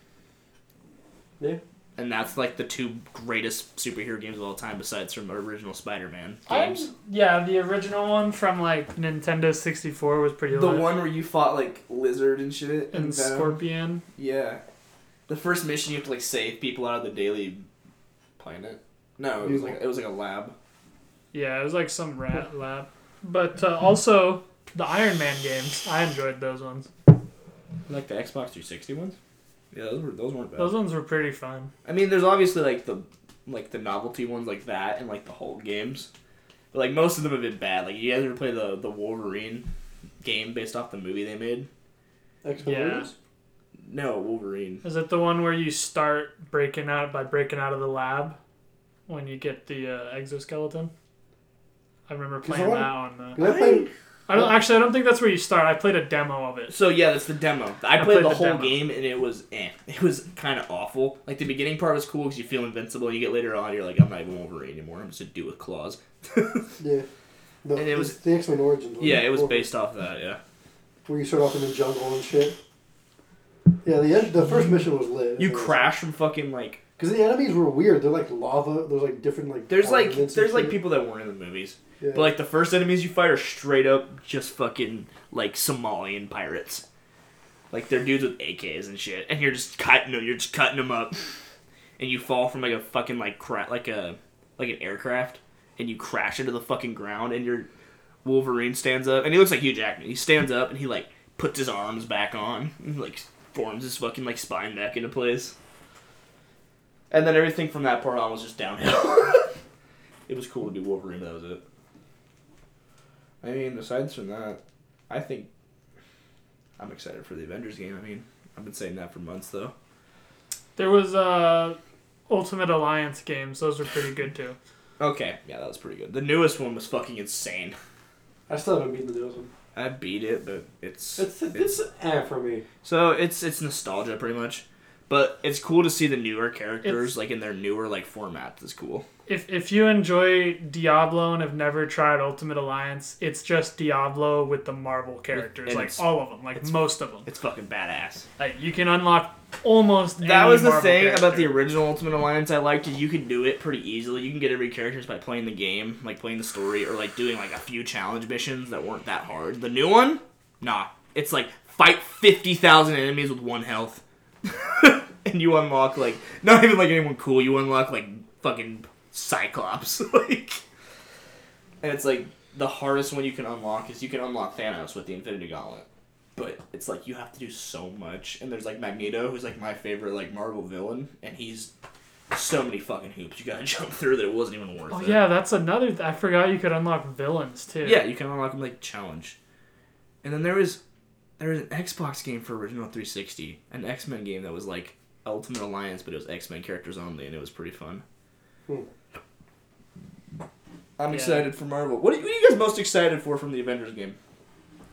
[SPEAKER 5] Yeah.
[SPEAKER 2] And that's like the two greatest superhero games of all time, besides from original Spider-Man
[SPEAKER 1] I'm,
[SPEAKER 2] games.
[SPEAKER 1] yeah, the original one from like Nintendo 64 was pretty lit.
[SPEAKER 2] where you fought like lizard and shit
[SPEAKER 1] and Scorpion.
[SPEAKER 2] Yeah. The first mission you have to like save people out of the daily planet. No, it was like it was like a lab.
[SPEAKER 1] Yeah, it was like some rat lab. But uh, also the Iron Man games. I enjoyed those ones.
[SPEAKER 2] Like the Xbox 360 ones? Yeah, those were those weren't bad.
[SPEAKER 1] Those ones were pretty fun.
[SPEAKER 2] I mean, there's obviously like the like the novelty ones like that and like the Hulk games. But like most of them have been bad. Like you guys ever play the the Wolverine game based off the movie they made?
[SPEAKER 5] X-Men
[SPEAKER 1] Yeah.
[SPEAKER 5] movies?
[SPEAKER 2] No, Wolverine.
[SPEAKER 1] Is it the one where you start breaking out by breaking out of the lab when you get the uh, exoskeleton? I remember
[SPEAKER 5] I
[SPEAKER 1] playing that
[SPEAKER 5] wanna-
[SPEAKER 1] on the.
[SPEAKER 5] 'Cause I played,
[SPEAKER 1] I don't actually. I don't think that's where you start. I played a demo of it.
[SPEAKER 2] So yeah, that's the demo. I, played,
[SPEAKER 1] played
[SPEAKER 2] the,
[SPEAKER 1] the
[SPEAKER 2] whole
[SPEAKER 1] demo.
[SPEAKER 2] game and it was eh. It was kind of awful. Like the beginning part was cool because you feel invincible. And you get later on, you're like, I'm not even Wolverine anymore. I'm just a dude with claws.
[SPEAKER 5] yeah. The,
[SPEAKER 2] And it was-
[SPEAKER 5] the X-Men Origins. one.
[SPEAKER 2] yeah, it was
[SPEAKER 5] Where-
[SPEAKER 2] based off that. Yeah,
[SPEAKER 5] Where you start off in the jungle and shit. Yeah, the, en- the first mission was lit.
[SPEAKER 2] you crash from fucking like
[SPEAKER 5] Because the enemies were weird. They're like lava. There's like different like.
[SPEAKER 2] there's like
[SPEAKER 5] elements and
[SPEAKER 2] there's like
[SPEAKER 5] shit.
[SPEAKER 2] people that weren't in the movies,
[SPEAKER 5] Yeah.
[SPEAKER 2] but like the first enemies you fight are straight up just fucking like Somalian pirates. Like they're dudes with AKs and shit, and you're just cutting them. You're just cutting them up, and you fall from like a fucking like cra- like a like an aircraft, and you crash into the fucking ground, and you're Wolverine stands up, and he looks like Hugh Jackman. He stands up and he like puts his arms back on, and, like forms his fucking like spine back into place. And then everything from that part on was just downhill. it was cool to do Wolverine, but that was it. I mean, besides from that, I think I'm excited for the Avengers game. I mean, I've been saying that for months though.
[SPEAKER 1] There was uh, Ultimate Alliance games. Those were pretty good too.
[SPEAKER 2] Okay, yeah, that was pretty good. The newest one was fucking insane.
[SPEAKER 5] I still haven't beaten the newest one.
[SPEAKER 2] I beat it, but it's
[SPEAKER 5] It's it's, eh for me.
[SPEAKER 2] So it's it's nostalgia pretty much, but it's cool to see the newer characters like in their newer like format. That's cool.
[SPEAKER 1] If, if you enjoy Diablo and have never tried Ultimate Alliance, it's just Diablo with the Marvel characters,
[SPEAKER 2] and
[SPEAKER 1] like
[SPEAKER 2] it's-
[SPEAKER 1] all of them, like most of them.
[SPEAKER 2] It's fucking badass.
[SPEAKER 1] Like you can unlock almost.
[SPEAKER 2] That
[SPEAKER 1] any
[SPEAKER 2] was the
[SPEAKER 1] Marvel
[SPEAKER 2] thing about the
[SPEAKER 1] character.
[SPEAKER 2] original Ultimate Alliance. I liked is you could do it pretty easily. You can get every character just by playing the game, like playing the story, or like doing like a few challenge missions that weren't that hard. The new one, nah, it's like fight fifty thousand enemies with one health, and you unlock like not even like anyone cool. You unlock like fucking Cyclops, like, and it's like the hardest one you can unlock is you can unlock Thanos with the Infinity Gauntlet but it's like you have to do so much and there's like magneto who's like my favorite like marvel villain and he's so many fucking hoops you gotta jump through that it wasn't even worth
[SPEAKER 1] Oh
[SPEAKER 2] it
[SPEAKER 1] yeah, that's another. Th- I forgot you could unlock villains too.
[SPEAKER 2] yeah you can unlock them like challenge and then there was there was an xbox game for original 360 an x-men game that was like ultimate alliance but it was x-men characters only and it was pretty fun
[SPEAKER 5] Hmm.
[SPEAKER 1] Yeah.
[SPEAKER 2] i'm excited for marvel what are, you, what are you guys most excited for from the avengers game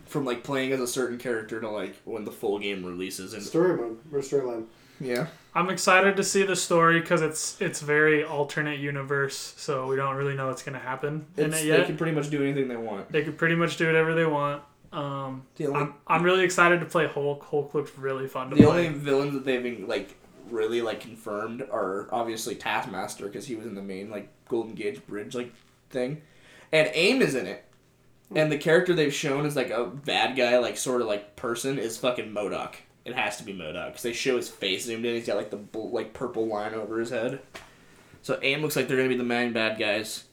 [SPEAKER 2] from like playing as a certain character to like when the full game releases and
[SPEAKER 5] Story mode or storyline.
[SPEAKER 2] yeah
[SPEAKER 1] I'm excited to see the story because it's it's very alternate universe, so we don't really know what's gonna happen in
[SPEAKER 2] It's-
[SPEAKER 1] it yet.
[SPEAKER 2] They can pretty much do anything they want.
[SPEAKER 1] They could pretty much do whatever they want. Um,
[SPEAKER 2] The only,
[SPEAKER 1] I'm, I'm really excited to play Hulk. Hulk looked really fun to
[SPEAKER 2] the
[SPEAKER 1] play.
[SPEAKER 2] only villains that they've been like really like confirmed are obviously Taskmaster because he was in the main like Golden Gate Bridge like thing, and AIM is in it. And the character they've shown is like a bad guy, like sort of like person, is fucking Modoc. It has to be Modoc because they show his face zoomed in. He's got like the bl- like purple line over his head. So AIM looks like they're gonna be the main bad guys.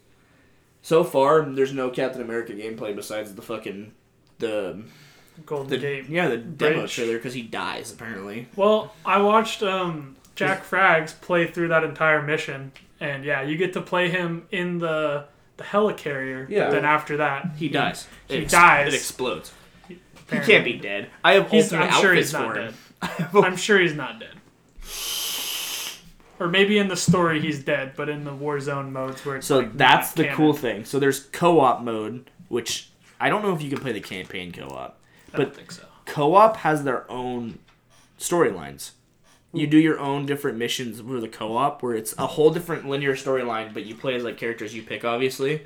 [SPEAKER 2] So far, there's no Captain America gameplay besides the fucking the
[SPEAKER 1] Golden
[SPEAKER 2] the
[SPEAKER 1] Gate.
[SPEAKER 2] yeah the demo
[SPEAKER 1] Bridge.
[SPEAKER 2] trailer because he dies apparently.
[SPEAKER 1] Well, I watched um, Jack Frags play through that entire mission, and yeah, you get to play him in the the helicarrier.
[SPEAKER 2] Yeah.
[SPEAKER 1] Then after that,
[SPEAKER 2] He dies.
[SPEAKER 1] he dies.
[SPEAKER 2] It explodes. He
[SPEAKER 1] apparently-
[SPEAKER 2] can't be dead. I have
[SPEAKER 1] He's-
[SPEAKER 2] ultimate
[SPEAKER 1] I'm sure
[SPEAKER 2] outfits
[SPEAKER 1] he's not
[SPEAKER 2] for him.
[SPEAKER 1] dead. I'm sure he's not dead. Or maybe in the story he's dead, but in the Warzone modes where it's
[SPEAKER 2] So
[SPEAKER 1] like
[SPEAKER 2] that's
[SPEAKER 1] not
[SPEAKER 2] the
[SPEAKER 1] canon.
[SPEAKER 2] cool thing. So there's co-op mode, which I don't know if you can play the campaign co-op,
[SPEAKER 1] I don't
[SPEAKER 2] but
[SPEAKER 1] think so.
[SPEAKER 2] co-op has their own storylines.
[SPEAKER 1] Hmm.
[SPEAKER 2] You do your own different missions with the co-op, where it's a whole different linear storyline, but you play as like characters you pick, obviously.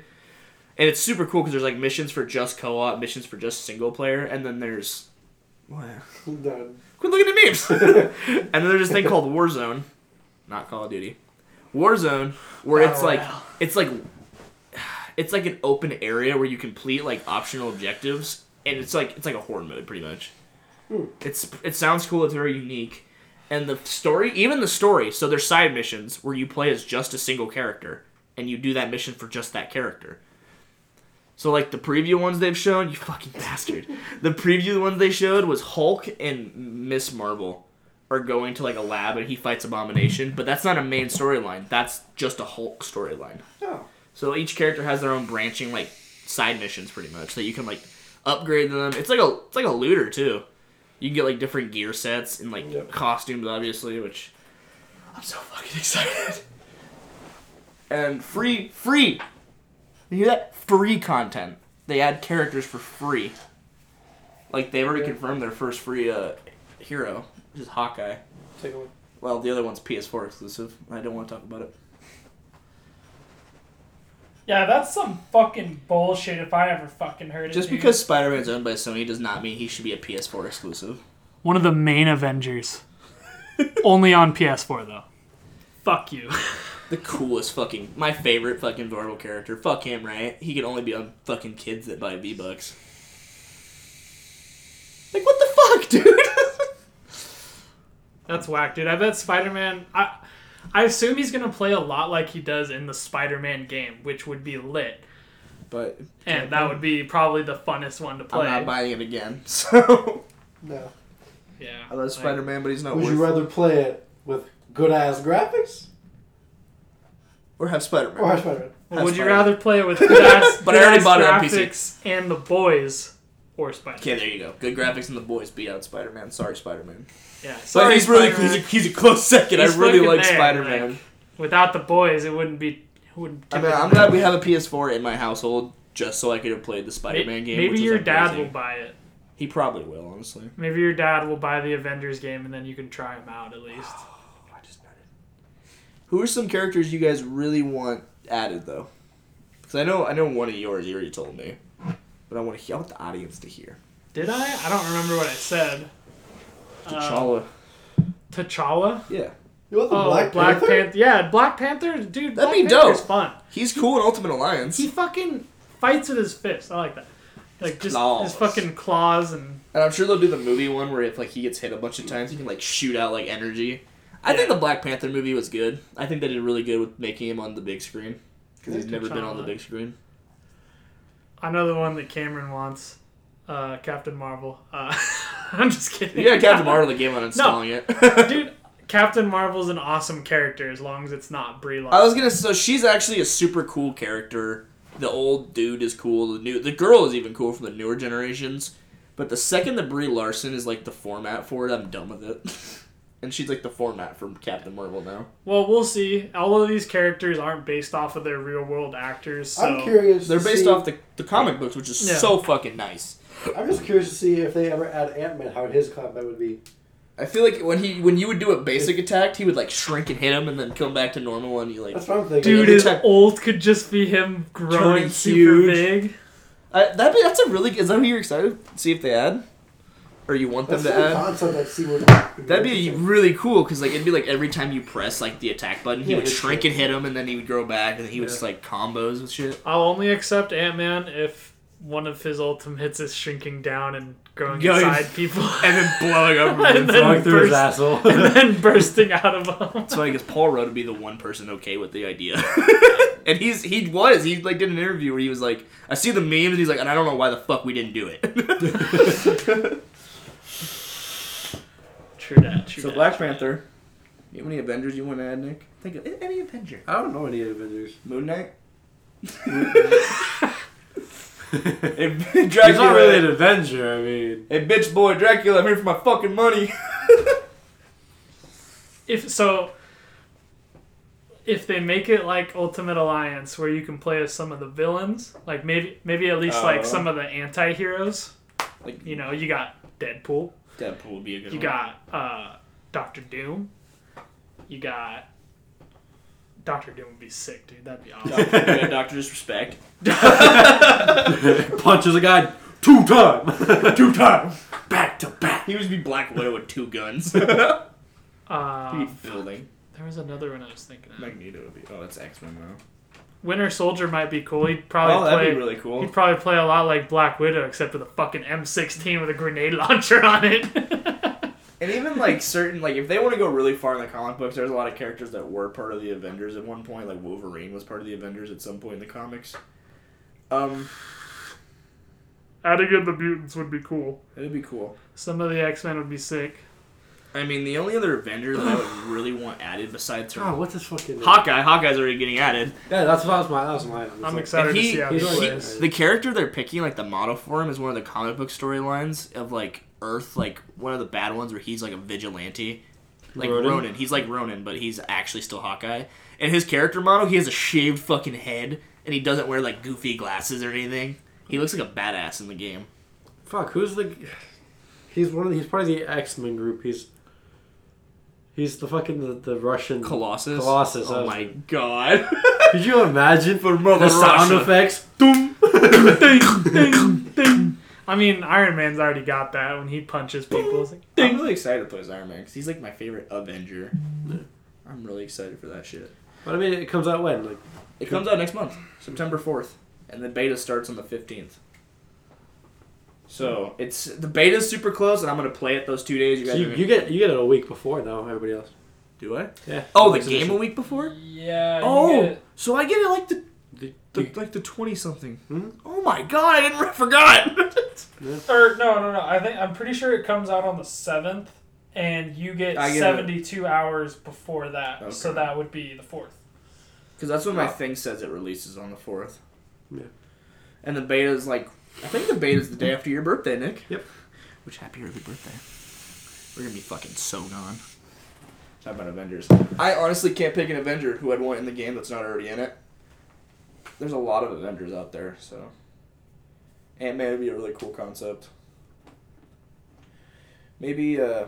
[SPEAKER 2] And it's super cool because there's like missions for just co-op, missions for just single player, and then there's what?
[SPEAKER 5] Done.
[SPEAKER 2] Quit looking at memes. and then there's this thing called Warzone, not Call of Duty. Warzone, where it's
[SPEAKER 1] Battle
[SPEAKER 2] like
[SPEAKER 1] Royale.
[SPEAKER 2] it's like it's like an open area where you complete like optional objectives, and it's like it's like a horde mode pretty much. It's it sounds cool. It's very unique, and the story, even the story. So there's side missions where you play as just a single character, and you do that mission for just that character. So like the preview ones they've shown, you fucking bastard. The preview ones they showed was Hulk and Miss Marvel are going to like a lab and he fights Abomination, but that's not a main storyline. That's just a Hulk storyline.
[SPEAKER 5] Oh.
[SPEAKER 2] So each character has their own branching like side missions pretty much that you can like upgrade them. It's like a it's like a looter too. You can get like different gear sets and like
[SPEAKER 5] Yep.
[SPEAKER 2] costumes obviously, which I'm so fucking excited. And free free you hear that? Free content. They add characters for free. Like they already confirmed their first free uh, hero, which is Hawkeye.
[SPEAKER 5] Take away.
[SPEAKER 2] Well, the other one's PS4 exclusive. I don't want to talk about it.
[SPEAKER 1] Yeah, that's some fucking bullshit if I ever fucking heard it.
[SPEAKER 2] Just because Spider-Man's owned by Sony does not mean he should be a PS4 exclusive.
[SPEAKER 1] one of the main Avengers, only on PS4 though. Fuck you.
[SPEAKER 2] The coolest fucking, my favorite fucking Marvel character. Fuck him, right? He can only be on fucking kids that buy V Bucks. Like what the fuck, dude?
[SPEAKER 1] That's whack, dude. I bet Spider Man. I, I assume he's gonna play a lot like he does in the Spider Man game, which would be lit.
[SPEAKER 2] but
[SPEAKER 1] and that would be probably the funnest one to play.
[SPEAKER 2] I'm not buying it again. So
[SPEAKER 5] No.
[SPEAKER 1] yeah,
[SPEAKER 2] I love
[SPEAKER 1] like,
[SPEAKER 2] Spider Man, but he's not
[SPEAKER 5] Would
[SPEAKER 2] worth
[SPEAKER 5] you rather play it with good ass graphics
[SPEAKER 2] or have Spider Man.
[SPEAKER 5] or Spider Man?
[SPEAKER 1] Well, would you
[SPEAKER 2] Spider-Man.
[SPEAKER 1] rather play with Dash,
[SPEAKER 2] But I already bought it on PC.
[SPEAKER 1] graphics and the boys or Spider?
[SPEAKER 2] Okay, there you go. Good graphics and the boys beat out Spider Man. Sorry, Spider Man.
[SPEAKER 1] Yeah,
[SPEAKER 2] But
[SPEAKER 1] sorry,
[SPEAKER 2] he's really
[SPEAKER 1] Spider-Man.
[SPEAKER 2] he's a, he's a close second.
[SPEAKER 1] He's
[SPEAKER 2] I really
[SPEAKER 1] fucking
[SPEAKER 2] like
[SPEAKER 1] there,
[SPEAKER 2] Spider Man.
[SPEAKER 1] like- Without the boys, it wouldn't be. It wouldn't
[SPEAKER 2] I mean, I'm glad we have a PS4 in my household just so I could have played the Spider Man game.
[SPEAKER 1] Maybe
[SPEAKER 2] which was
[SPEAKER 1] your dad
[SPEAKER 2] amazing.
[SPEAKER 1] will buy it.
[SPEAKER 2] He probably will, honestly.
[SPEAKER 1] Maybe your dad will buy the Avengers game, and then you can try them out at least.
[SPEAKER 2] I just noted. Who are some characters you guys really want added though? Because I know I know one of yours. You already told me, but I want to hear I want the audience to hear.
[SPEAKER 1] Did I? I don't remember what I said. Uh,
[SPEAKER 2] T'Challa.
[SPEAKER 1] T'Challa.
[SPEAKER 2] yeah,
[SPEAKER 5] You want the
[SPEAKER 1] Oh,
[SPEAKER 5] Black,
[SPEAKER 1] Black,
[SPEAKER 5] Panther?
[SPEAKER 1] Panther. Yeah, Black Panther, dude. Black
[SPEAKER 2] be
[SPEAKER 1] Panther's
[SPEAKER 2] dope.
[SPEAKER 1] Fun.
[SPEAKER 2] he's cool in Ultimate Alliance.
[SPEAKER 1] He fucking fights with his fist. I like that. Like just
[SPEAKER 2] claws.
[SPEAKER 1] his fucking claws and
[SPEAKER 2] and I'm sure they'll do the movie one where if like he gets hit a bunch of times, he can like shoot out like energy. I think
[SPEAKER 1] Yeah.
[SPEAKER 2] the Black Panther movie was good. I think they did really good with making him on the big screen because he's never been on the
[SPEAKER 1] T'Challa.
[SPEAKER 2] big screen.
[SPEAKER 1] another one that Cameron wants. Uh, Captain Marvel. Uh, I'm just kidding.
[SPEAKER 2] Yeah, Captain Marvel the game on installing it.
[SPEAKER 1] Dude, Captain Marvel's an awesome character as long as it's not Brie Larson.
[SPEAKER 2] I was gonna. So she's actually a super cool character. The old dude is cool. The new, the girl is even cool from the newer generations. But the second the Brie Larson is like the format for it, I'm done with it. and she's like the format for Captain Marvel now.
[SPEAKER 1] Well, we'll see. All of these characters aren't based off of their real world actors, so
[SPEAKER 5] I'm curious.
[SPEAKER 2] They're
[SPEAKER 5] to
[SPEAKER 2] based
[SPEAKER 5] see-
[SPEAKER 2] off the, the comic books, which is
[SPEAKER 1] Yeah.
[SPEAKER 2] so fucking nice.
[SPEAKER 5] I'm just curious to see if they ever add Ant Man, how his combat would be.
[SPEAKER 2] I feel like when he when you would do a basic attack, he would like shrink and hit him, and then come back to normal, and you like
[SPEAKER 5] That's what I'm thinking.
[SPEAKER 1] dude,
[SPEAKER 2] every
[SPEAKER 1] his
[SPEAKER 2] time-
[SPEAKER 1] old could just be him growing
[SPEAKER 2] Turning
[SPEAKER 1] super
[SPEAKER 2] huge.
[SPEAKER 1] big.
[SPEAKER 2] I, that. That's a really is that what you're excited to see if they add, or you want them
[SPEAKER 5] That's
[SPEAKER 2] to
[SPEAKER 5] some
[SPEAKER 2] add?
[SPEAKER 5] concept I'd see would
[SPEAKER 2] That'd be really cool because like it'd be like every time you press like the attack button, he
[SPEAKER 5] Yeah,
[SPEAKER 2] would
[SPEAKER 5] it's
[SPEAKER 2] shrink
[SPEAKER 5] true.
[SPEAKER 2] and hit him, and then he would grow back, and he would just like combos with shit.
[SPEAKER 1] I'll only accept Ant Man if one of his ultimates is shrinking down and growing
[SPEAKER 2] Yeah,
[SPEAKER 1] inside people
[SPEAKER 2] And then blowing up.
[SPEAKER 1] and
[SPEAKER 3] Going
[SPEAKER 1] then,
[SPEAKER 3] through his
[SPEAKER 1] burst,
[SPEAKER 3] asshole.
[SPEAKER 1] and then bursting out of them.
[SPEAKER 2] That's why I guess Paul Rudd would be the one person okay with the idea. and he's he was he like did an interview where he was like, I see the memes, and he's like, and I don't know why the fuck we didn't do it.
[SPEAKER 1] True that. True
[SPEAKER 2] so
[SPEAKER 1] dat.
[SPEAKER 2] Black Panther. You have any Avengers you want to add, Nick? Think of any Avenger.
[SPEAKER 3] I don't know any Avengers.
[SPEAKER 2] Moon Knight.
[SPEAKER 3] He's
[SPEAKER 2] Hey, Dracula.
[SPEAKER 3] not really an Avenger. I mean,
[SPEAKER 2] Hey, bitch, boy, Dracula. I'm here for my fucking money.
[SPEAKER 1] if so if they make it like ultimate alliance where you can play as some of the villains like maybe maybe at least
[SPEAKER 2] Oh.
[SPEAKER 1] like some of the anti-heroes
[SPEAKER 2] Like-
[SPEAKER 1] you know you got deadpool
[SPEAKER 2] Deadpool would be a good
[SPEAKER 1] you got uh dr doom you got dr doom would be sick dude that'd be awesome
[SPEAKER 2] Doctor, Doctor Disrespect.
[SPEAKER 3] punches a guy two times. two times. Back to back.
[SPEAKER 2] He would be Black Widow with two guns.
[SPEAKER 1] uh,
[SPEAKER 2] building.
[SPEAKER 1] there was another one i was thinking of
[SPEAKER 2] Magneto would be. Oh, that's X Men though.
[SPEAKER 1] winter soldier might be cool he'd probably
[SPEAKER 2] oh,
[SPEAKER 1] play
[SPEAKER 2] that'd be really cool.
[SPEAKER 1] He'd probably play a lot like Black Widow, except with a fucking M16 with a grenade launcher on it.
[SPEAKER 2] And even like certain like if they want to go really far in the comic books, there's a lot of characters that were part of the Avengers at one point. Like Wolverine was part of the Avengers at some point in the comics. Um,
[SPEAKER 1] Adding in the mutants would be cool.
[SPEAKER 2] it'd be cool.
[SPEAKER 1] Some of the X Men would be sick.
[SPEAKER 2] I mean, the only other Avenger that I would really want added besides her.
[SPEAKER 3] Oh, what's his fucking name?
[SPEAKER 2] Hawkeye, Hawkeye's already getting added.
[SPEAKER 3] Yeah, that's that was my that was mine. I'm,
[SPEAKER 1] I'm
[SPEAKER 3] like,
[SPEAKER 1] excited
[SPEAKER 2] he-
[SPEAKER 1] to see how
[SPEAKER 3] he's
[SPEAKER 1] he
[SPEAKER 3] like-
[SPEAKER 1] plays.
[SPEAKER 2] The character they're picking, like the model for him, is one of the comic book storylines of like Earth, like one of the bad ones where he's like a vigilante, like Ronan.
[SPEAKER 3] Ronan?
[SPEAKER 2] He's like Ronan, but he's actually still Hawkeye. And his character model, he has a shaved fucking head, and he doesn't wear like goofy glasses or anything. He looks like a badass in the game.
[SPEAKER 3] Fuck, who's the? He's one of the, he's part of the X Men group. He's he's the fucking the, the Russian.
[SPEAKER 2] Colossus.
[SPEAKER 3] Colossus, that
[SPEAKER 2] Oh
[SPEAKER 3] was-
[SPEAKER 2] my god.
[SPEAKER 3] Could you imagine
[SPEAKER 2] For
[SPEAKER 3] the
[SPEAKER 2] Mother
[SPEAKER 3] sound
[SPEAKER 2] Russia.
[SPEAKER 3] effects? Doom.
[SPEAKER 1] ding, ding, ding. I mean, Iron Man's already got that when he punches people. It's like,
[SPEAKER 2] I'm
[SPEAKER 1] ding.
[SPEAKER 2] really excited to play as Iron Man because he's like my favorite Avenger. I'm really excited for that shit.
[SPEAKER 3] But I mean, it comes out when like
[SPEAKER 2] It comes out next month, September 4th, and the beta starts on the 15th. So it's the beta's super close, and I'm gonna play it those two days. You
[SPEAKER 3] so
[SPEAKER 2] guys,
[SPEAKER 3] you,
[SPEAKER 2] are
[SPEAKER 3] you get you get it a week before now. Everybody else.
[SPEAKER 2] do I?
[SPEAKER 3] Yeah.
[SPEAKER 2] Oh, the
[SPEAKER 3] Exhibition.
[SPEAKER 2] game a week before.
[SPEAKER 1] Yeah.
[SPEAKER 2] Oh, so I get it like the
[SPEAKER 3] the,
[SPEAKER 2] The, like the twenty something.
[SPEAKER 3] Hmm?
[SPEAKER 2] Oh my god! I didn't I forgot.
[SPEAKER 1] Or no, no, no. I think I'm pretty sure it comes out on the seventh, and you get,
[SPEAKER 2] I get it.
[SPEAKER 1] 72 hours before that. So
[SPEAKER 2] Okay.
[SPEAKER 1] that would be the fourth.
[SPEAKER 2] Because that's when my
[SPEAKER 3] Oh.
[SPEAKER 2] thing says it releases on the fourth.
[SPEAKER 3] Yeah.
[SPEAKER 2] And the beta is like, I think the beta is the day after your birthday, Nick.
[SPEAKER 3] Yep.
[SPEAKER 2] Which happy early birthday? We're gonna be fucking so gone. How about Avengers? I honestly can't pick an Avenger who I'd want in the game that's not already in it. There's a lot of Avengers out there, so Ant Man would be a really cool concept. Maybe uh,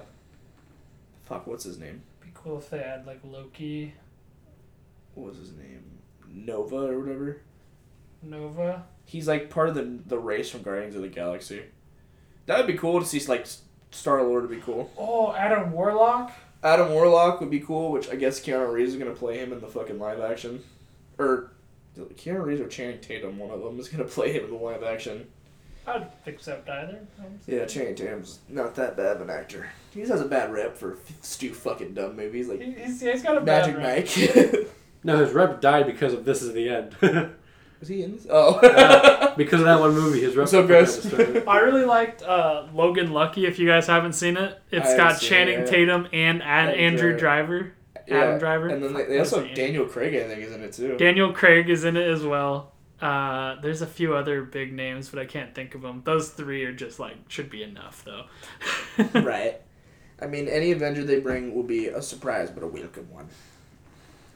[SPEAKER 2] fuck, what's his name?
[SPEAKER 1] Be cool if they had like Loki,
[SPEAKER 2] What was his name? Nova or whatever.
[SPEAKER 1] Nova.
[SPEAKER 2] He's like part of the the race from Guardians of the Galaxy. That would be cool to see. Like Star Lord would be cool.
[SPEAKER 1] Oh, Adam Warlock.
[SPEAKER 2] Adam Warlock would be cool, which I guess Keanu Reeves is gonna play him in the fucking live action, or Keanu Reeves or Channing Tatum, one of them is gonna play him in the live action.
[SPEAKER 1] I'd accept either.
[SPEAKER 2] Yeah, Channing Tatum's not that bad of an actor. He just has a bad rep for stu fucking dumb movies like
[SPEAKER 1] He- He's, he's got a
[SPEAKER 2] Magic
[SPEAKER 1] bad rep.
[SPEAKER 2] Mike. is
[SPEAKER 5] No, his rep died because of This Is the End.
[SPEAKER 2] he in this? Oh,
[SPEAKER 1] Uh,
[SPEAKER 5] Yeah. because of that one movie, his rep.
[SPEAKER 2] what's up, guys?
[SPEAKER 1] I really liked uh, Logan Lucky. If you guys haven't seen it,
[SPEAKER 2] I
[SPEAKER 1] it's
[SPEAKER 2] haven't
[SPEAKER 1] got
[SPEAKER 2] seen
[SPEAKER 1] Channing
[SPEAKER 2] it.
[SPEAKER 1] Tatum and Ad-
[SPEAKER 2] And
[SPEAKER 1] Andrew
[SPEAKER 2] Driver.
[SPEAKER 1] Driver.
[SPEAKER 2] Yeah,
[SPEAKER 1] Driver?
[SPEAKER 2] and then they, they
[SPEAKER 1] Fuck,
[SPEAKER 2] also
[SPEAKER 1] that's
[SPEAKER 2] have
[SPEAKER 1] the end.
[SPEAKER 2] Daniel Craig, I think, is in it too.
[SPEAKER 1] Daniel Craig is in it as well. Uh, there's a few other big names, but I can't think of them. Those three are just like should be enough though.
[SPEAKER 2] right. I mean, any Avenger they bring will be a surprise, but a welcome one.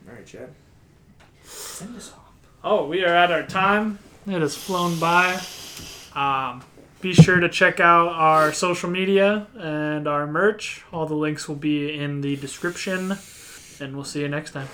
[SPEAKER 2] All right, Chad. Send us off.
[SPEAKER 1] Oh, we are at our time. It has flown by. Um, be sure to check out our social media and our merch. All the links will be in the description, and we'll see you next time.